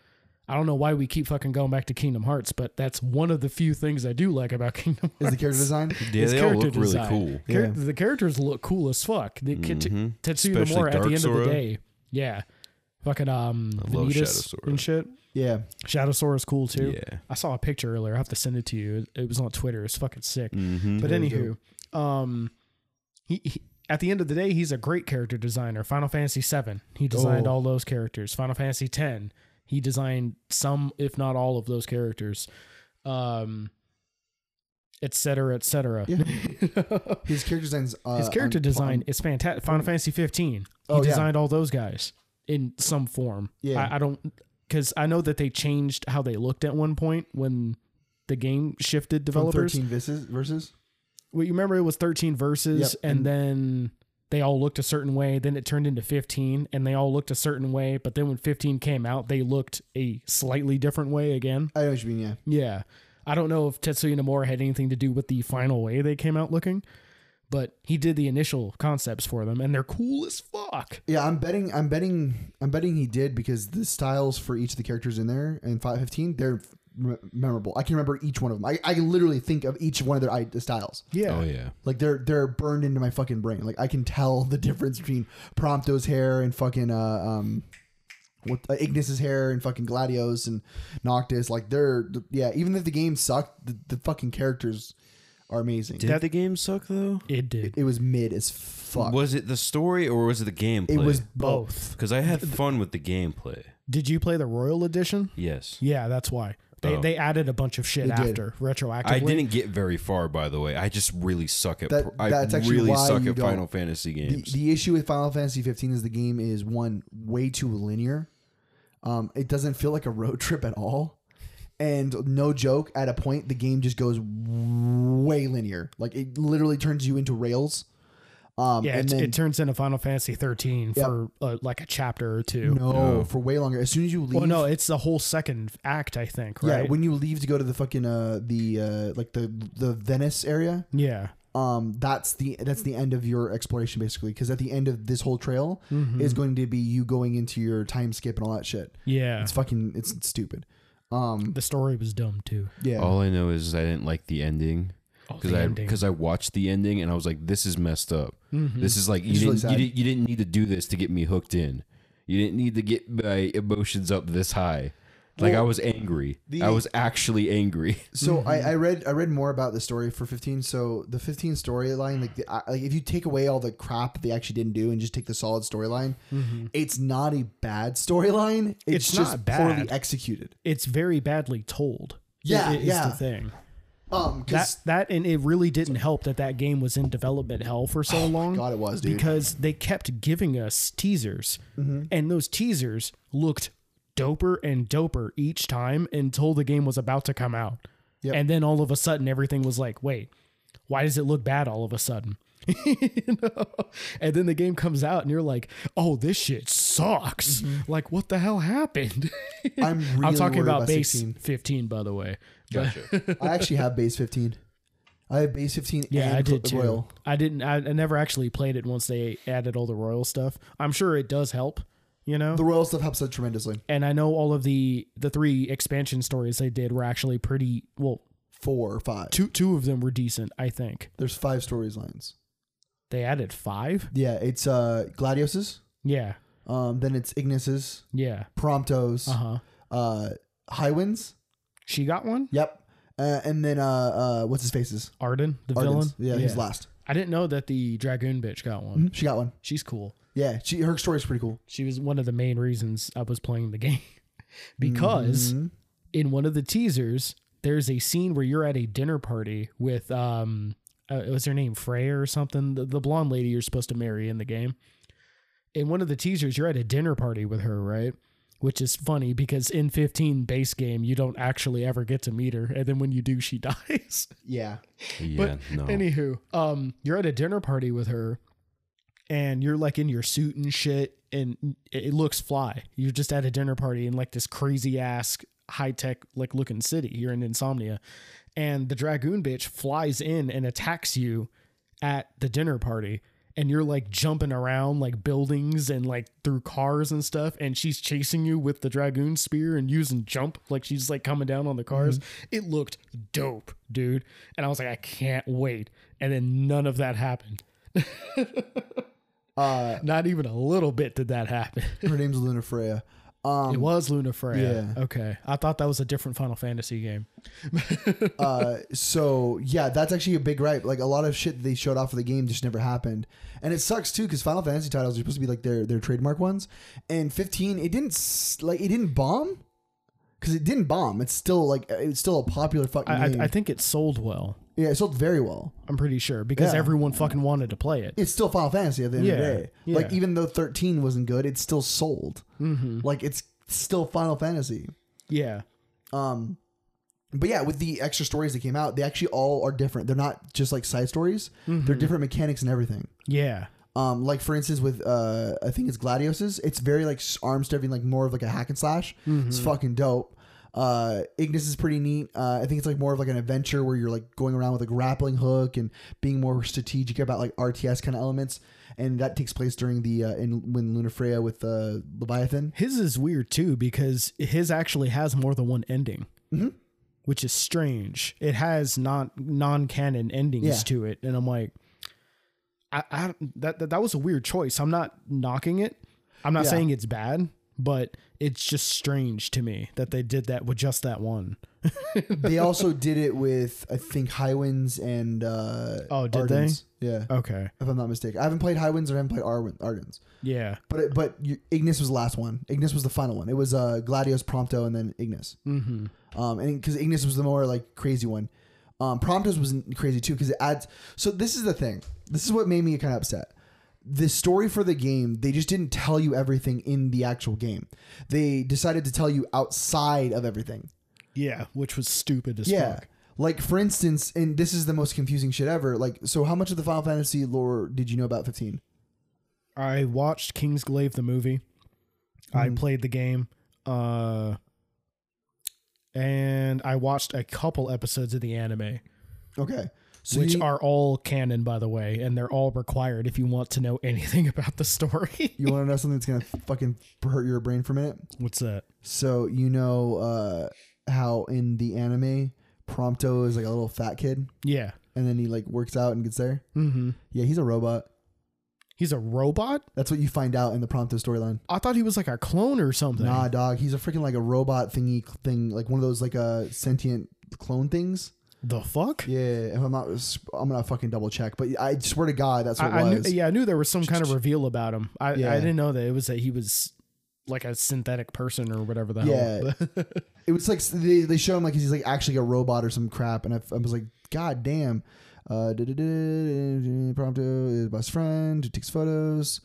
Speaker 2: I don't know why we keep fucking going back to Kingdom Hearts, but that's one of the few things I do like about (laughs) Kingdom
Speaker 1: Is
Speaker 2: Hearts.
Speaker 1: the character
Speaker 2: (laughs)
Speaker 1: design?
Speaker 3: Yeah,
Speaker 2: is
Speaker 3: they all
Speaker 2: character
Speaker 3: look really
Speaker 2: design.
Speaker 3: cool.
Speaker 2: Char-
Speaker 1: Yeah.
Speaker 2: The characters look cool as fuck. The kid
Speaker 3: Mhm.
Speaker 2: Tetsuya
Speaker 3: Especially
Speaker 2: Nomura at
Speaker 3: Dark
Speaker 2: the end of
Speaker 3: Sora.
Speaker 2: the day, yeah, fucking um,
Speaker 3: love
Speaker 2: Vanitas
Speaker 3: Shadow Sora.
Speaker 2: and shit.
Speaker 1: Yeah,
Speaker 2: Shadow Sora is cool too.
Speaker 3: Yeah.
Speaker 2: I saw a picture earlier. I have to send it to you. It- It was on Twitter. It's fucking sick.
Speaker 3: Mm-hmm.
Speaker 2: But
Speaker 1: Very
Speaker 2: anywho, um, he, he at the end of the day, he's a great character designer. Final Fantasy VII, he designed
Speaker 1: Oh.
Speaker 2: all those characters. Final Fantasy X, he designed some, if not all, of those characters. Um, et cetera, et cetera.
Speaker 1: Yeah. his character design's uh,
Speaker 2: His character
Speaker 1: on-
Speaker 2: design
Speaker 1: on-
Speaker 2: is fantastic. Final Fantasy 15. He
Speaker 1: Oh, yeah.
Speaker 2: designed all those guys in some form.
Speaker 1: Yeah.
Speaker 2: I, I don't because I know that they changed how they looked at one point when the game shifted
Speaker 1: from
Speaker 2: developers.
Speaker 1: thirteen verses. Verses.
Speaker 2: Well, you remember it was 13 verses,
Speaker 1: Yep,
Speaker 2: and,
Speaker 1: and-
Speaker 2: then they all looked a certain way. Then it turned into 15, and they all looked a certain way. But then when 15 came out, they looked a slightly different way again.
Speaker 1: I know what you mean. Yeah,
Speaker 2: Yeah. I don't know if Tetsuya Nomura had anything to do with the final way they came out looking, but he did the initial concepts for them, and they're cool as fuck.
Speaker 1: yeah. I'm betting. I'm betting. I'm betting he did because the styles for each of the characters in there in five fifteen, they're me- memorable. I can remember each one of them. I, I can literally think of each one of their i- styles.
Speaker 2: Yeah.
Speaker 3: Oh yeah.
Speaker 1: Like they're they're burned into my fucking brain. Like I can tell the (laughs) difference between Prompto's hair and fucking uh um what uh, Ignis's hair and fucking Gladios and Noctis. Like they're yeah. Even if the game sucked, the, the fucking characters are amazing.
Speaker 3: Did the game suck though?
Speaker 2: It
Speaker 1: it,
Speaker 2: did.
Speaker 1: it was mid as fuck.
Speaker 3: Was it the story or was it the gameplay?
Speaker 1: it was both.
Speaker 2: Both.
Speaker 3: because I had fun with the gameplay.
Speaker 2: Did you play the Royal Edition?
Speaker 3: Yes.
Speaker 2: Yeah, that's why. They,
Speaker 3: Oh.
Speaker 2: they added a bunch of shit
Speaker 1: They did.
Speaker 2: after retroactively.
Speaker 3: I didn't get very far, by the way. I just really suck at.
Speaker 1: That-
Speaker 3: pro- I
Speaker 1: that's actually
Speaker 3: really
Speaker 1: why
Speaker 3: suck
Speaker 1: you
Speaker 3: at
Speaker 1: don't-
Speaker 3: Final Fantasy
Speaker 1: The,
Speaker 3: games.
Speaker 1: the issue with Final Fantasy 15 is the game is one way too linear. Um, it doesn't feel like a road (laughs) trip at all. And no joke, at a point the game just goes way linear. Like it literally turns you into rails. Um,
Speaker 2: Yeah,
Speaker 1: and
Speaker 2: it,
Speaker 1: then
Speaker 2: it turns into Final Fantasy 13 for uh, like a chapter or two.
Speaker 1: no, for way longer. As soon as you leave,
Speaker 2: Well, no, it's the whole second act, I think.
Speaker 1: yeah,
Speaker 2: Right?
Speaker 1: when you leave to go to the fucking uh the uh like the the Venice area,
Speaker 2: yeah.
Speaker 1: um that's the that's the end of your exploration basically because at the end of this whole trail
Speaker 2: Mm-hmm.
Speaker 1: is going to be you going into your time skip and all that shit.
Speaker 2: Yeah.
Speaker 1: It's fucking it's stupid. Um
Speaker 2: The story was dumb too.
Speaker 1: yeah.
Speaker 3: All I know is I didn't like the ending because
Speaker 2: Oh, the
Speaker 3: Oh, I
Speaker 2: ending.
Speaker 3: because I watched the ending and I was like, this is messed up. This is like you
Speaker 1: It's really
Speaker 3: didn't,
Speaker 1: sad.
Speaker 3: you, didn't you didn't need to do this to get me hooked in. You didn't need to get my emotions up this high. Like I was angry. I was actually angry. (laughs)
Speaker 1: so
Speaker 2: Mm-hmm.
Speaker 1: I, I read I read more about the story for 15. So the 15 storyline like the I- like if you take away all the crap they actually didn't do and just take the solid storyline, it's not a bad storyline. It's,
Speaker 2: Mm-hmm. It's
Speaker 1: just
Speaker 2: not
Speaker 1: poorly
Speaker 2: bad.
Speaker 1: executed.
Speaker 2: It's very badly told.
Speaker 1: Yeah,
Speaker 2: i- is
Speaker 1: yeah.
Speaker 2: the thing.
Speaker 1: Um
Speaker 2: That
Speaker 1: cuz
Speaker 2: (laughs) that and it really didn't help that that game was in development hell for so long.
Speaker 1: Oh God, it was, dude. Mm-hmm.
Speaker 2: because they kept giving us teasers, and those teasers looked doper and doper each time until the game was about to come out,
Speaker 1: Yep.
Speaker 2: and then all of a sudden everything was like, wait, why does it look bad all of a sudden? (laughs) you know? And then the game comes out, and you're like, "Oh, this shit sucks! Like, what the hell happened?"
Speaker 1: I'm Mm-hmm. really
Speaker 2: I'm talking
Speaker 1: worried
Speaker 2: about,
Speaker 1: about
Speaker 2: base (laughs)
Speaker 1: 16.
Speaker 2: 15, by the way. But-
Speaker 1: I actually have base 15. I have base 15
Speaker 2: Yeah,
Speaker 1: and
Speaker 2: I did too.
Speaker 1: Cl- Royal.
Speaker 2: I didn't. I, I never actually played it once they added all the royal stuff. I'm sure it does help, you know.
Speaker 1: The Royal stuff helps out tremendously.
Speaker 2: and I know all of the the three expansion stories they did were actually pretty well.
Speaker 1: 4 or 5.
Speaker 2: Two two of them were decent, I think.
Speaker 1: There's five storylines. lines.
Speaker 2: They added five.
Speaker 1: Yeah, it's uh Gladius's,
Speaker 2: Yeah,
Speaker 1: um then it's Ignis's,
Speaker 2: yeah.
Speaker 1: Prompto's,
Speaker 2: Uh huh.
Speaker 1: uh Highwinds.
Speaker 2: She got one.
Speaker 1: Yep. Uh, and then uh, uh, what's his face's
Speaker 2: Arden, the
Speaker 1: Arden's.
Speaker 2: villain.
Speaker 1: Yeah, he's Mm-hmm. last.
Speaker 2: I didn't know that the dragoon bitch got one.
Speaker 1: She got one.
Speaker 2: She's cool.
Speaker 1: Yeah, she her story's pretty cool.
Speaker 2: She was one of the main reasons I was playing the (laughs) game because in one of the teasers, there's a scene where you're at a dinner party with um, uh, was her name Freya or something? The, the blonde lady you're supposed to marry in the game. In one of the teasers, you're at a dinner party with her, right? Which is funny because in 15 base game, you don't actually ever get to meet her, and then when you do, she (laughs) dies.
Speaker 1: Yeah,
Speaker 3: yeah, no.
Speaker 2: Anywho, um, you're at a dinner party with her, and you're like in your suit and shit, and it it looks fly. You're just at a dinner party in like this crazy ass high tech like looking city. You're in Insomnia, and the dragoon bitch flies in and attacks you at the dinner party. And you're like jumping around like buildings and like through cars and stuff. And she's chasing you with the dragoon spear and using jump. Like she's like coming down on the cars. It looked dope, dude. And I was like, I can't wait. And then none of that happened.
Speaker 1: uh,
Speaker 2: Not even a little bit did that happen. (laughs)
Speaker 1: her name's Luna Freya. Um,
Speaker 2: It was Luna Freya.
Speaker 1: yeah.
Speaker 2: Okay. I thought that was a different Final Fantasy game.
Speaker 1: uh, so yeah, that's actually a big gripe. Like a lot of shit they showed off for the game just never happened, and it sucks too because Final Fantasy titles are supposed to be like their their trademark ones. And fifteen, it didn't s- like it didn't bomb because it didn't bomb. It's still like it's still a popular fucking
Speaker 2: I, I,
Speaker 1: game.
Speaker 2: I think it sold well.
Speaker 1: yeah, it sold very well.
Speaker 2: I'm pretty sure because
Speaker 1: Yeah.
Speaker 2: everyone fucking wanted to play it.
Speaker 1: it's still Final Fantasy at the end of
Speaker 2: Yeah,
Speaker 1: the day. Like
Speaker 2: yeah.
Speaker 1: even though 13 wasn't good, it's still sold.
Speaker 2: Mm-hmm.
Speaker 1: Like it's still Final Fantasy.
Speaker 2: Yeah.
Speaker 1: Um, but yeah, with the extra stories that came out, they actually all are different. They're not just like side stories.
Speaker 2: Mm-hmm.
Speaker 1: They're different mechanics and everything.
Speaker 2: Yeah.
Speaker 1: Um, like for instance, with uh, I think it's Gladius's. It's very like s- arm stuffing, like more of like a hack and slash. It's
Speaker 2: Mm-hmm.
Speaker 1: fucking dope. Uh, Ignis is pretty neat. Uh, I think it's like more of like an adventure where you're like going around with a grappling hook and being more strategic about like RTS kind of elements. And that takes place during the uh, in when Lunafreya with
Speaker 2: (laughs)
Speaker 1: uh, Leviathan. Mm-hmm.
Speaker 2: His is weird too because his actually has more than one ending. which is strange. It has not non canon endings
Speaker 1: Yeah.
Speaker 2: to it, and I'm like, I, I that, that that was a weird choice. I'm not knocking it. I'm not
Speaker 1: Yeah.
Speaker 2: saying it's bad, but it's just strange to me that they did that with just that one.
Speaker 1: they also did it with I think Highwinds and uh,
Speaker 2: Oh, did Oh.
Speaker 1: Ardens. Yeah,
Speaker 2: Okay,
Speaker 1: if I'm not mistaken, I haven't played Highwinds or I haven't played Arwen, Ardens,
Speaker 2: yeah,
Speaker 1: but it, but you, Ignis was the last one. Ignis was the final one. It was uh, Gladios, Prompto, and then Ignis.
Speaker 2: mm-hmm.
Speaker 1: Um, and because Ignis was the more like crazy one. Um, Promptos was n- crazy too because it adds. So this is the thing. This is what made me kind of upset. The story for the game, they just didn't tell you everything in the actual game. They decided to tell you outside of everything.
Speaker 2: yeah, which was stupid as
Speaker 1: Yeah.
Speaker 2: fuck.
Speaker 1: Like for instance, and this is the most confusing shit ever. Like, so how much of the Final Fantasy lore did you know about fifteen?
Speaker 2: I watched King's Glaive the movie. I played the game. Uh and I watched a couple episodes of the anime,
Speaker 1: Okay, so
Speaker 2: which
Speaker 1: you,
Speaker 2: are all canon, by the way, and they're all required if you want to know (laughs) anything about the story.
Speaker 1: you want to know something that's gonna fucking hurt your brain for a minute?
Speaker 2: What's that?
Speaker 1: So you know uh, how in the anime, Prompto is like a little fat kid,
Speaker 2: Yeah.
Speaker 1: and then he like works out and gets there.
Speaker 2: Mm-hmm.
Speaker 1: Yeah, he's a robot.
Speaker 2: He's a robot?
Speaker 1: That's what you find out in the Prompto storyline.
Speaker 2: I thought he was like a clone or something.
Speaker 1: Nah, dog, he's a freaking like a robot thingy thing, like one of those like uh, sentient clone things.
Speaker 2: The fuck?
Speaker 1: Yeah, if I'm not, I'm gonna fucking double check. But I swear to God, that's what
Speaker 2: I, I
Speaker 1: it
Speaker 2: knew,
Speaker 1: was.
Speaker 2: yeah, I knew there was some kind of reveal about him. I,
Speaker 1: Yeah.
Speaker 2: I didn't know that it was that he was like a synthetic person or whatever the
Speaker 1: Yeah.
Speaker 2: hell. (laughs)
Speaker 1: It was like they, they show him like he's like actually a robot or some crap, and I, I was like, God damn. Uh, da-da-da, Prompto is uh, best friend who takes photos.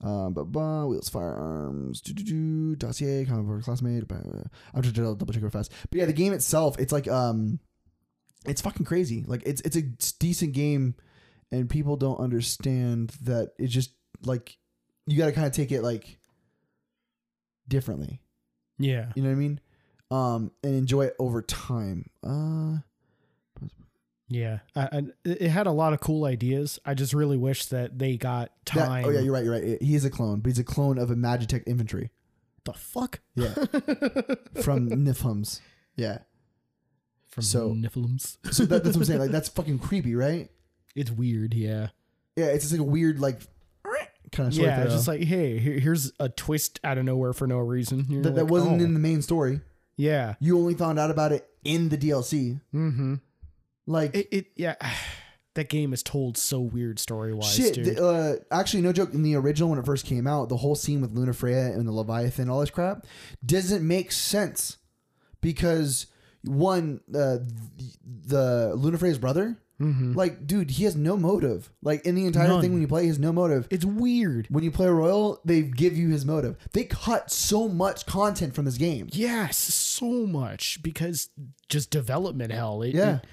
Speaker 1: Um, but blah, wheels, firearms, do-do-do, dossier, common board classmate. Blah, blah. I'm trying to double check real fast. But yeah, the game itself, it's like um, it's fucking crazy. Like it's it's a decent game, and people don't understand that it's just like you got to kind of take it like differently.
Speaker 2: yeah.
Speaker 1: You know what I mean? Um, and enjoy it over time. Uh,
Speaker 2: Yeah, I, I, it had a lot of cool ideas. I just really wish that they got
Speaker 1: that,
Speaker 2: time.
Speaker 1: oh yeah, you're right. You're right. He is a clone, but he's a clone of a Magitech infantry.
Speaker 2: the fuck (laughs)
Speaker 1: Yeah, from Niflheim's. Yeah,
Speaker 2: from
Speaker 1: So-
Speaker 2: Niflheim's.
Speaker 1: so that, that's what I'm saying. Like that's fucking creepy, right?
Speaker 2: (laughs) It's weird. Yeah,
Speaker 1: Yeah, it's just like a weird like kind of story.
Speaker 2: yeah.
Speaker 1: thing.
Speaker 2: It's just like, hey, here, here's a twist out of nowhere for no reason. You're
Speaker 1: that, that
Speaker 2: like,
Speaker 1: wasn't
Speaker 2: oh,
Speaker 1: in the main story.
Speaker 2: Yeah.
Speaker 1: You only found out about it in the DLC.
Speaker 2: Mm-hmm.
Speaker 1: Like
Speaker 2: It, it. Yeah. (sighs) That game is told so weird story wise.
Speaker 1: Shit,
Speaker 2: dude.
Speaker 1: th- uh, actually, no joke. In the original, when it first came out, the whole scene with Luna Freya and the Leviathan, all this crap, doesn't make sense because one, uh, th- the Luna Freya's brother,
Speaker 2: Mhm.
Speaker 1: like, dude, he has no motive. Like in the entire
Speaker 2: None.
Speaker 1: thing, when you play, he has no motive.
Speaker 2: It's weird.
Speaker 1: When you play Royal, they give you his motive. They cut so much content from this game.
Speaker 2: Yes, so much because just development hell. It,
Speaker 1: Yeah.
Speaker 2: it-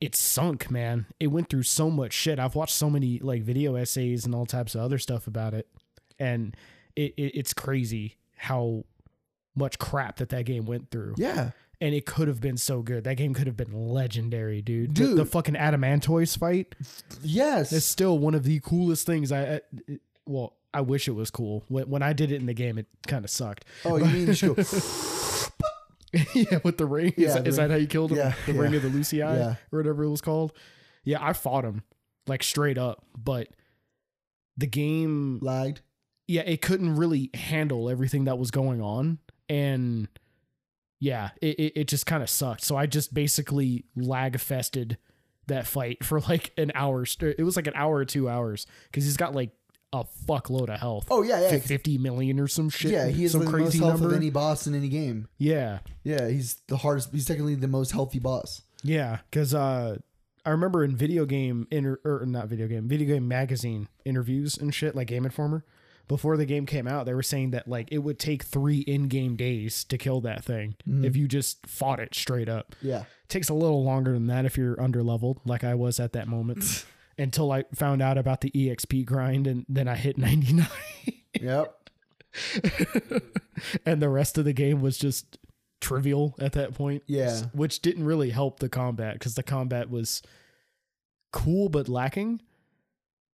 Speaker 2: it sunk, man. It went through so much shit. I've watched so many like video essays and all types of other stuff about it, and it, it it's crazy how much crap that that game went through.
Speaker 1: Yeah,
Speaker 2: And it could have been so good. That game could have been legendary, dude. The-
Speaker 1: Dude.
Speaker 2: The, fucking adamantois fight
Speaker 1: yes,
Speaker 2: is still one of the coolest things. I, I it- well, I wish it was cool. When when I did it in the game, it kind of sucked.
Speaker 1: Oh, you mean you
Speaker 2: (laughs)
Speaker 1: should go?
Speaker 2: yeah, with the ring.
Speaker 1: Yeah,
Speaker 2: is,
Speaker 1: the
Speaker 2: is that how you killed him?
Speaker 1: Yeah,
Speaker 2: the
Speaker 1: yeah.
Speaker 2: ring of the Lucy Eye
Speaker 1: Yeah.
Speaker 2: or whatever it was called. Yeah, I fought him like straight up, but the game,
Speaker 1: lagged.
Speaker 2: yeah, it couldn't really handle everything that was going on, and yeah, it it, it just kind of sucked. So I just basically lag fested that fight for like an hour. st- It was like an hour or two hours because he's got like a fuckload of health.
Speaker 1: Oh yeah, yeah,
Speaker 2: Fifty million or some shit.
Speaker 1: yeah. He has
Speaker 2: some
Speaker 1: the most
Speaker 2: crazy
Speaker 1: health
Speaker 2: number.
Speaker 1: of any boss in any game.
Speaker 2: yeah,
Speaker 1: Yeah, he's the hardest. He's technically the most healthy boss.
Speaker 2: Yeah, because uh, I remember in video game inter- or not video game, video game magazine interviews and shit, like Game Informer, before the game came out, they were saying that like it would take three in-game days to kill that thing if you just fought it straight up.
Speaker 1: Yeah.
Speaker 2: takes a little longer than that if you're under leveled, like I was at that moment. until I found out about the EXP grind, and then I hit 99,
Speaker 1: Yep. (laughs)
Speaker 2: and the rest of the game was just trivial at that point.
Speaker 1: Yeah.
Speaker 2: which didn't really help the combat because the combat was cool but lacking.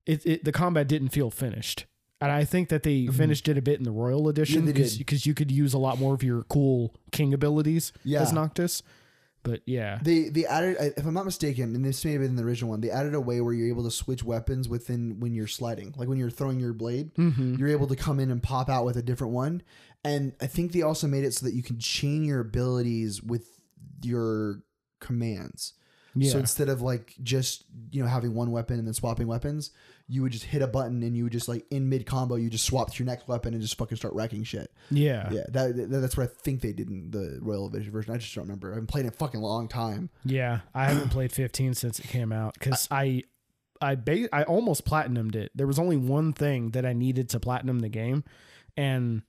Speaker 2: It, it the combat didn't feel finished, and I think that they finished it a bit in the Royal Edition
Speaker 1: Mm-hmm. they
Speaker 2: because
Speaker 1: did.
Speaker 2: you could use a lot more of your cool King abilities
Speaker 1: Yeah.
Speaker 2: as Noctis. But yeah,
Speaker 1: They they added, I- if I'm not mistaken, and this may have been in the original one, they added a way where you're able to switch weapons within when you're sliding, like when you're throwing your blade, you're able to come in and pop out with a different one. And I think they also made it so that you can chain your abilities with your commands.
Speaker 2: yeah,
Speaker 1: So instead of like just you know having one weapon and then swapping weapons, you would just hit a button and you would just like in mid combo you just swap to your next weapon and just fucking start wrecking shit.
Speaker 2: yeah, yeah,
Speaker 1: Yeah, that, that- that's what I think they did in the Royal Vision version. I just don't remember. I haven't played in a fucking long time.
Speaker 2: I haven't played 15 since it came out because I, I, ba- I almost platinumed it. There was only one thing that I needed to platinum the game, and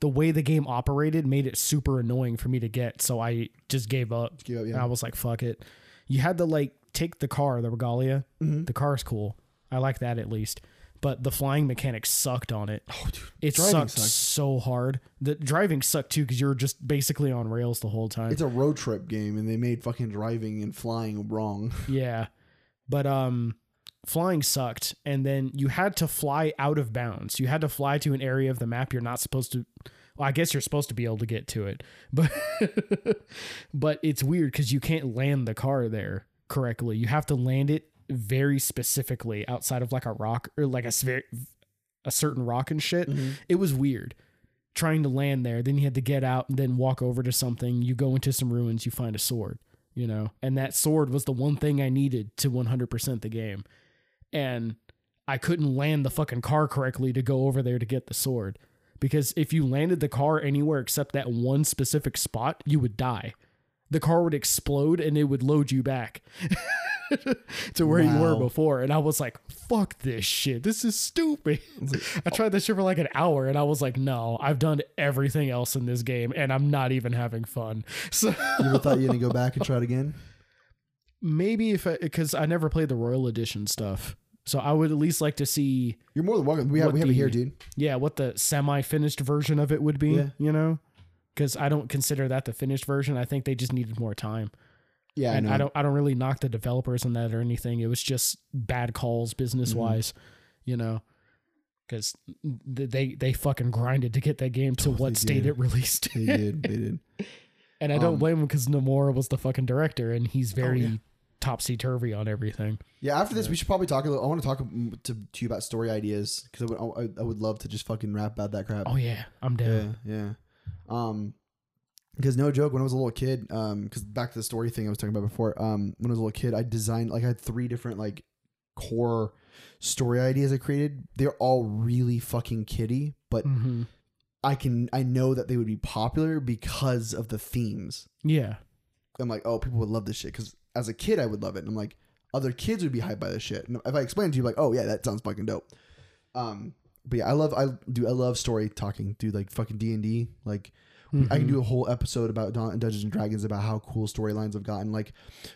Speaker 2: the way the game operated made it super annoying for me to get. So I just gave up.
Speaker 1: Give up, yeah.
Speaker 2: And I was like, fuck it. You had to like take the car, the Regalia. The car's cool. I like that at least. But the flying mechanic sucked on it. Oh, dude. It
Speaker 1: Driving
Speaker 2: sucked,
Speaker 1: sucked.
Speaker 2: so hard. The driving sucked too because you were just basically on rails the whole time.
Speaker 1: It's a road trip game, and they made fucking driving and flying
Speaker 2: (laughs)
Speaker 1: wrong.
Speaker 2: yeah. But um flying sucked and then you had to fly out of bounds. You had to fly to an area of the map you're not supposed to well, I guess you're supposed to be able to get to it. (laughs) But but it's weird cuz you can't land the car there correctly. You have to land it very specifically outside of like a rock or like a sver- a certain rock
Speaker 1: Mm-hmm.
Speaker 2: and shit. It was weird trying to land there. Then you had to get out and then walk over to something. You go into some ruins, you find a sword, you know, and that sword was the one thing I needed to 100% the game. And I couldn't land the fucking car correctly to go over there to get the sword. Because if you landed the car anywhere except that one specific spot, you would die. The car would explode and it would load you back (laughs) to where you were
Speaker 1: Wow.
Speaker 2: before. And I was like, fuck this shit. This is stupid. (laughs) I tried this shit for like an hour and I was like, no, I've done everything else in this game and I'm not even having fun. (laughs) So
Speaker 1: You ever thought you were gonna go back and try it again?
Speaker 2: maybe if I, because I never played the Royal Edition stuff. So I would at least like to see,
Speaker 1: You're more than welcome. We have
Speaker 2: What
Speaker 1: we have it
Speaker 2: the-
Speaker 1: here, dude.
Speaker 2: yeah, what the semi finished version of it would be,
Speaker 1: Yeah.
Speaker 2: you know? Because I don't consider that the finished version. I think they just needed more time.
Speaker 1: Yeah,
Speaker 2: and
Speaker 1: I know.
Speaker 2: I don't I don't really knock the developers on that or anything. It was just bad calls business wise,
Speaker 1: Mm-hmm.
Speaker 2: you know, because they they fucking grinded to get that game to what state
Speaker 1: did. (laughs)
Speaker 2: it (laughs) released,
Speaker 1: (laughs) They did. They did.
Speaker 2: and I don't
Speaker 1: Um, Oh,
Speaker 2: blame him because Nomura was the fucking director and he's very topsy turvy on everything.
Speaker 1: Yeah. After this, we should probably talk a little. I want to talk um, to, to you about story ideas because I would I, I would love to just fucking rap about that crap.
Speaker 2: Oh yeah, I'm
Speaker 1: yeah,
Speaker 2: down.
Speaker 1: yeah. Um, because no joke, when I was a little kid, um, because back to the story thing I was talking about before, um, when I was a little kid, I designed like I had three different like core story ideas I created. They're all really fucking kiddie, but
Speaker 2: hmm
Speaker 1: I can I know that they would be popular because of the themes.
Speaker 2: Yeah,
Speaker 1: I'm like, oh, people would love this shit because as a kid I would love it, and I'm like, other kids would be hyped by this shit. And if I explain it to you, like, oh yeah, that sounds fucking dope. Um, but yeah, I love I do I love story talking, dude. Like fucking D and D. Like I can do a whole episode about Dun- Dungeons and Dragons about how cool storylines have gotten. Like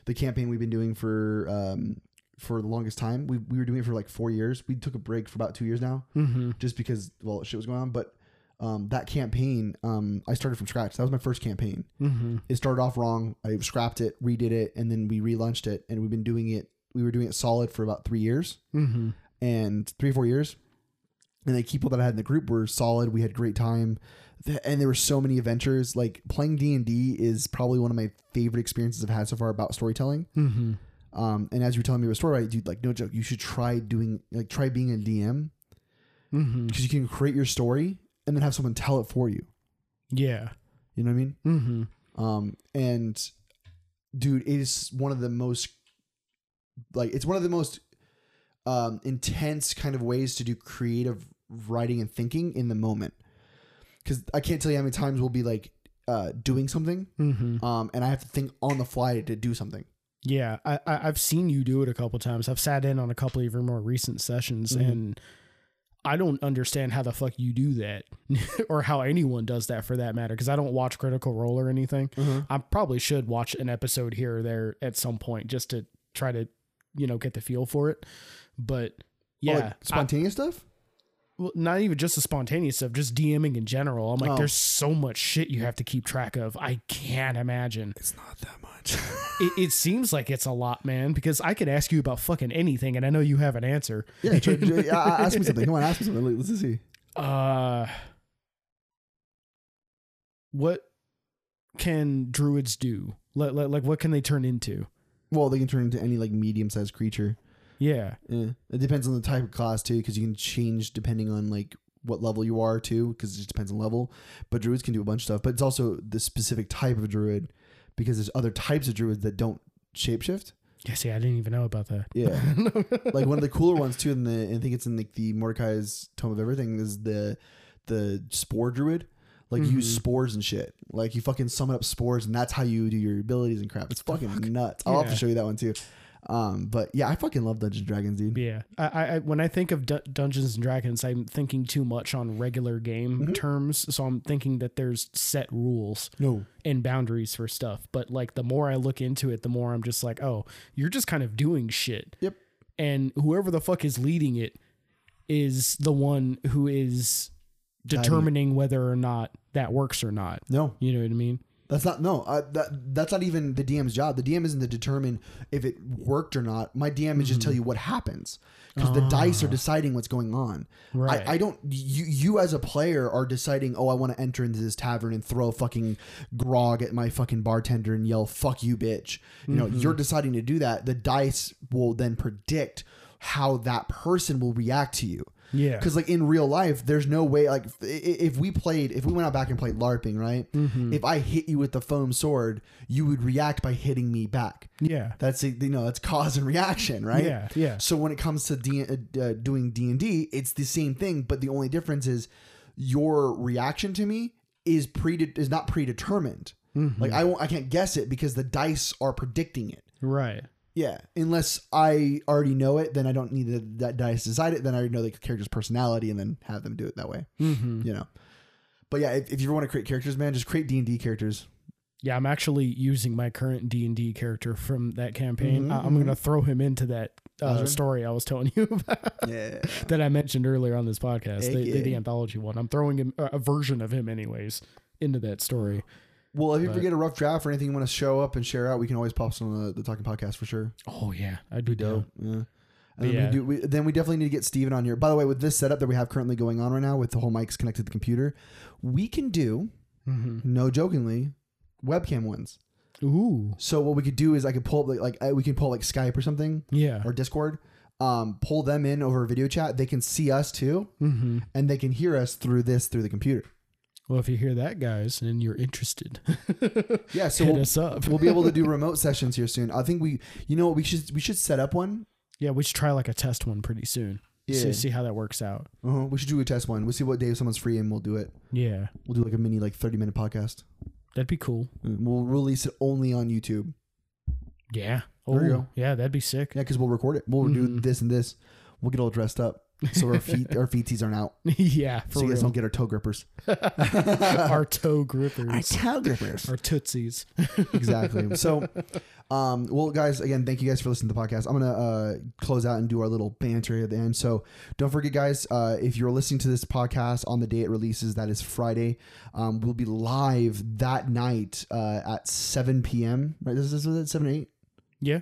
Speaker 1: the campaign we've been doing for um for the longest time. We we were doing it for like four years. We took a break for about two years now
Speaker 2: hmm
Speaker 1: just because well shit was going on but um, that campaign um, i started from scratch that was my first campaign
Speaker 2: hmm
Speaker 1: it started off wrong i scrapped it redid it and then we relaunched it and we've been doing it we were doing it solid for about three years
Speaker 2: hmm
Speaker 1: and three or four years and the people that i had in the group were solid we had great time Th- and there were so many adventures like playing d&d is probably one of my favorite experiences i've had so far about storytelling
Speaker 2: hmm
Speaker 1: um, and as you were telling me about story right dude like no joke you should try doing like try being a dm
Speaker 2: hmm
Speaker 1: because you can create your story and then have someone tell it for you.
Speaker 2: yeah,
Speaker 1: You know what I mean?
Speaker 2: hmm
Speaker 1: Um, and dude, it is one of the most like it's one of the most um, intense kind of ways to do creative writing and thinking in the moment. Because I can't tell you how many times we'll be like uh, doing something,
Speaker 2: hmm
Speaker 1: um, and I have to think on the fly to do something.
Speaker 2: Yeah, I, I I've seen you do it a couple times. I've sat in on a couple of your more recent sessions,
Speaker 1: Mhm.
Speaker 2: and I don't understand how the fuck you do that, (laughs) or how anyone does that for that matter. Because I don't watch Critical Role or anything.
Speaker 1: Mm-hmm.
Speaker 2: I probably should watch an episode here or there at some point just to try to, you know, get the feel for it. But
Speaker 1: Or,
Speaker 2: yeah,
Speaker 1: like, spontaneous stuff.
Speaker 2: well, not even just the spontaneous stuff, just DMing in general. I'm like,
Speaker 1: Oh.
Speaker 2: there's so much shit you have to keep track of. I can't imagine.
Speaker 1: It's not that much.
Speaker 2: It, it seems like it's a lot, man, because I could ask you about fucking anything and I know you have an answer.
Speaker 1: yeah, try, (laughs) try- uh, ask me something. Come on, ask me something. Let's see.
Speaker 2: Uh, what can druids do? Like, like, like what can they turn into?
Speaker 1: Well, they can turn into any like medium sized creature.
Speaker 2: Yeah.
Speaker 1: Yeah. It depends on the type of class too, because you can change depending on like what level you are too, because it just depends on level. But druids can do a bunch of stuff, but it's also the specific type of druid, because there's other types of druids that don't shapeshift.
Speaker 2: Yeah. See, I didn't even know about that.
Speaker 1: Yeah, (laughs) like one of the cooler ones too. In the I think it's in like the Mordecai's Tome of Everything is the the spore druid. Like you use spores and shit. Like you fucking summon up spores, and that's how you do your abilities and crap. It's fucking nuts. I'll have
Speaker 2: Yeah.
Speaker 1: to show you that one too. Um, but yeah, I fucking love Dungeons and Dragons, dude.
Speaker 2: Yeah, I, I I- when I think of D- Dungeons and Dragons, I'm thinking too much on regular game terms, so I'm thinking that there's set rules
Speaker 1: No,
Speaker 2: and boundaries for stuff. But like the more I look into it, the more I'm just like, oh, you're just kind of doing shit.
Speaker 1: Yep.
Speaker 2: And whoever the fuck is leading it is the one who is determining whether or not that works or not.
Speaker 1: no,
Speaker 2: You know what I mean?
Speaker 1: That's not no. Uh, that that's not even the DM's job. The DM isn't to determine if it worked or not. My DM is just tell you what happens because the dice are deciding what's going on.
Speaker 2: Right.
Speaker 1: I, I don't. You you as a player are deciding. Oh, I want to enter into this tavern and throw fucking grog at my fucking bartender and yell "fuck you, bitch." You know, you're deciding to do that. The dice will then predict how that person will react to you.
Speaker 2: Yeah.
Speaker 1: Because like in real life, there's no way. Like i- i- if we played, if we went out back and played LARPing, right? If I hit you with the foam sword, you would react by hitting me back.
Speaker 2: Yeah.
Speaker 1: That's it, you know that's cause and reaction, right?
Speaker 2: Yeah, yeah.
Speaker 1: So when it comes to D- uh, uh, doing D and D, it's the same thing, but the only difference is your reaction to me is pre is not predetermined. Like I won't, I can't guess it because the dice are predicting it.
Speaker 2: Right.
Speaker 1: Yeah, unless I already know it, then I don't need the, that dice to decide it. Then I already know the character's personality, and then have them do it that way. You know, but yeah, if, if you want to create characters, man, just create D and D characters.
Speaker 2: Yeah, I'm actually using my current D and D character from that campaign. I, am going to throw him into that uh, story I was telling you (laughs) about
Speaker 1: (laughs) Yeah,
Speaker 2: that I mentioned earlier on this podcast, the, the,
Speaker 1: Okay.
Speaker 2: the anthology one. I'm throwing him, a version of him, anyways, into that story.
Speaker 1: Well, if you ever get a rough draft or anything you want to show up and share out, we can always pop some on the, the talking podcast for sure.
Speaker 2: Oh yeah, I'd be dope.
Speaker 1: Yeah. And then,
Speaker 2: Yeah.
Speaker 1: we do, we, then we definitely need to get Steven on here. By the way, with this setup that we have currently going on right now, with the whole mics connected to the computer, we can do, no jokingly, webcam ones.
Speaker 2: Ooh,
Speaker 1: So what we could do is I could pull up like, like I- we can pull like Skype or something
Speaker 2: yeah,
Speaker 1: or Discord, um, pull them in over video chat. They can see us too,
Speaker 2: mm-hmm.
Speaker 1: and they can hear us through this through the computer.
Speaker 2: Well, if you hear that, guys, and you're interested, (laughs)
Speaker 1: Yeah, so
Speaker 2: hit
Speaker 1: we'll,
Speaker 2: us up.
Speaker 1: we'll be able to
Speaker 2: (laughs)
Speaker 1: do remote sessions here soon. I think we, you know, what we should we should set up one.
Speaker 2: yeah, we should try like a test one pretty soon. Yeah,
Speaker 1: Yeah.
Speaker 2: see, see how that works out.
Speaker 1: Uh-huh, we should do a test one. We'll see what day someone's free, and we'll do it.
Speaker 2: Yeah,
Speaker 1: We'll do like a mini like thirty minute podcast.
Speaker 2: that'd be cool.
Speaker 1: Mm, We'll release it only on YouTube.
Speaker 2: Yeah. Oh,
Speaker 1: There you go.
Speaker 2: yeah, that'd be sick.
Speaker 1: Yeah, because we'll record it. We'll
Speaker 2: Mm-hmm.
Speaker 1: do this and this. We'll get all dressed up so our feet our feeties aren't out.
Speaker 2: (laughs) yeah, for
Speaker 1: So you guys
Speaker 2: real.
Speaker 1: don't get our toe grippers. (laughs)
Speaker 2: our toe grippers,
Speaker 1: toe grippers.
Speaker 2: our tootsies. (laughs)
Speaker 1: exactly. So, um, well, guys, again, thank you guys for listening to the podcast. I'm gonna uh, close out and do our little banter at the end. So, don't forget, guys, uh, if you're listening to this podcast on the day it releases, that is Friday. Um, we'll be live that night uh, at 7 p.m. Right? This is it, seven or eight.
Speaker 2: Yeah,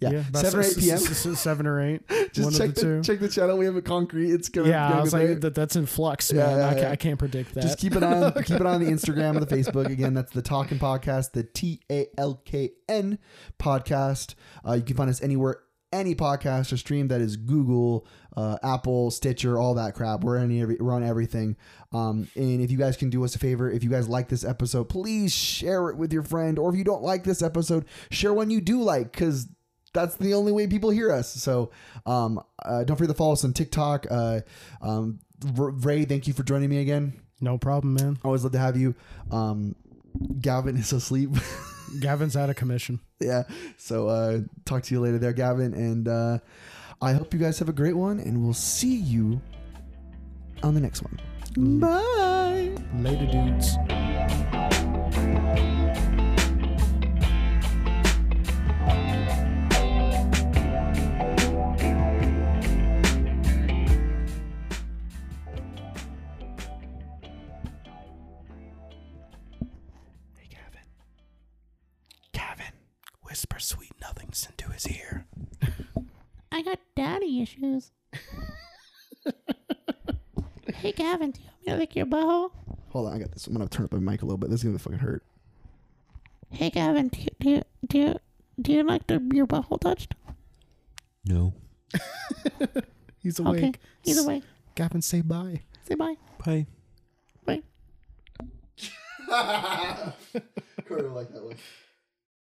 Speaker 1: Yeah,
Speaker 2: about
Speaker 1: seven or
Speaker 2: s-
Speaker 1: eight p.m.
Speaker 2: s- s- s- Seven or eight. one
Speaker 1: (laughs) Just
Speaker 2: of
Speaker 1: check
Speaker 2: the
Speaker 1: the,
Speaker 2: two.
Speaker 1: check the channel. We have a concrete. It's gonna.
Speaker 2: yeah,
Speaker 1: gonna
Speaker 2: I was
Speaker 1: be
Speaker 2: like,
Speaker 1: there.
Speaker 2: that, that's in flux,
Speaker 1: Yeah,
Speaker 2: man.
Speaker 1: yeah,
Speaker 2: I, ca-
Speaker 1: yeah.
Speaker 2: I can't predict that.
Speaker 1: Just keep it on, keep it on the Instagram and the Facebook. Again, that's the Talking Podcast, the T A L K N podcast. Uh, you can find us anywhere, any podcast or stream that is Google, uh, Apple, Stitcher, all that crap. We're on every, we're on everything. Um, and if you guys can do us a favor, if you guys like this episode, please share it with your friend. Or if you don't like this episode, share one you do like, because that's the only way people hear us. So um, uh, don't forget to follow us on TikTok. Uh, um, R- Ray, thank you for joining me again.
Speaker 2: no problem, man.
Speaker 1: Always love to have you. Um, Gavin is asleep. (laughs)
Speaker 2: Gavin's out of commission.
Speaker 1: yeah. So uh, talk to you later there, Gavin. And uh, I hope you guys have a great one, and we'll see you on the next one. Bye.
Speaker 2: Later, dudes.
Speaker 1: Hey, Gavin. Gavin, whisper sweet nothings into his ear.
Speaker 4: I got daddy issues. hey, Gavin, do you want me to lick your butthole?
Speaker 1: (laughs) Hold on, I got this. I'm gonna turn up my mic a little bit. This is gonna fucking hurt.
Speaker 4: Hey, Gavin, do you, do you, do you, do you like the, your butthole touched?
Speaker 3: No.
Speaker 2: He's awake.
Speaker 4: Okay. Either way,
Speaker 2: Gavin, say bye.
Speaker 4: say bye.
Speaker 3: Bye.
Speaker 4: Bye.
Speaker 1: Carter like that one.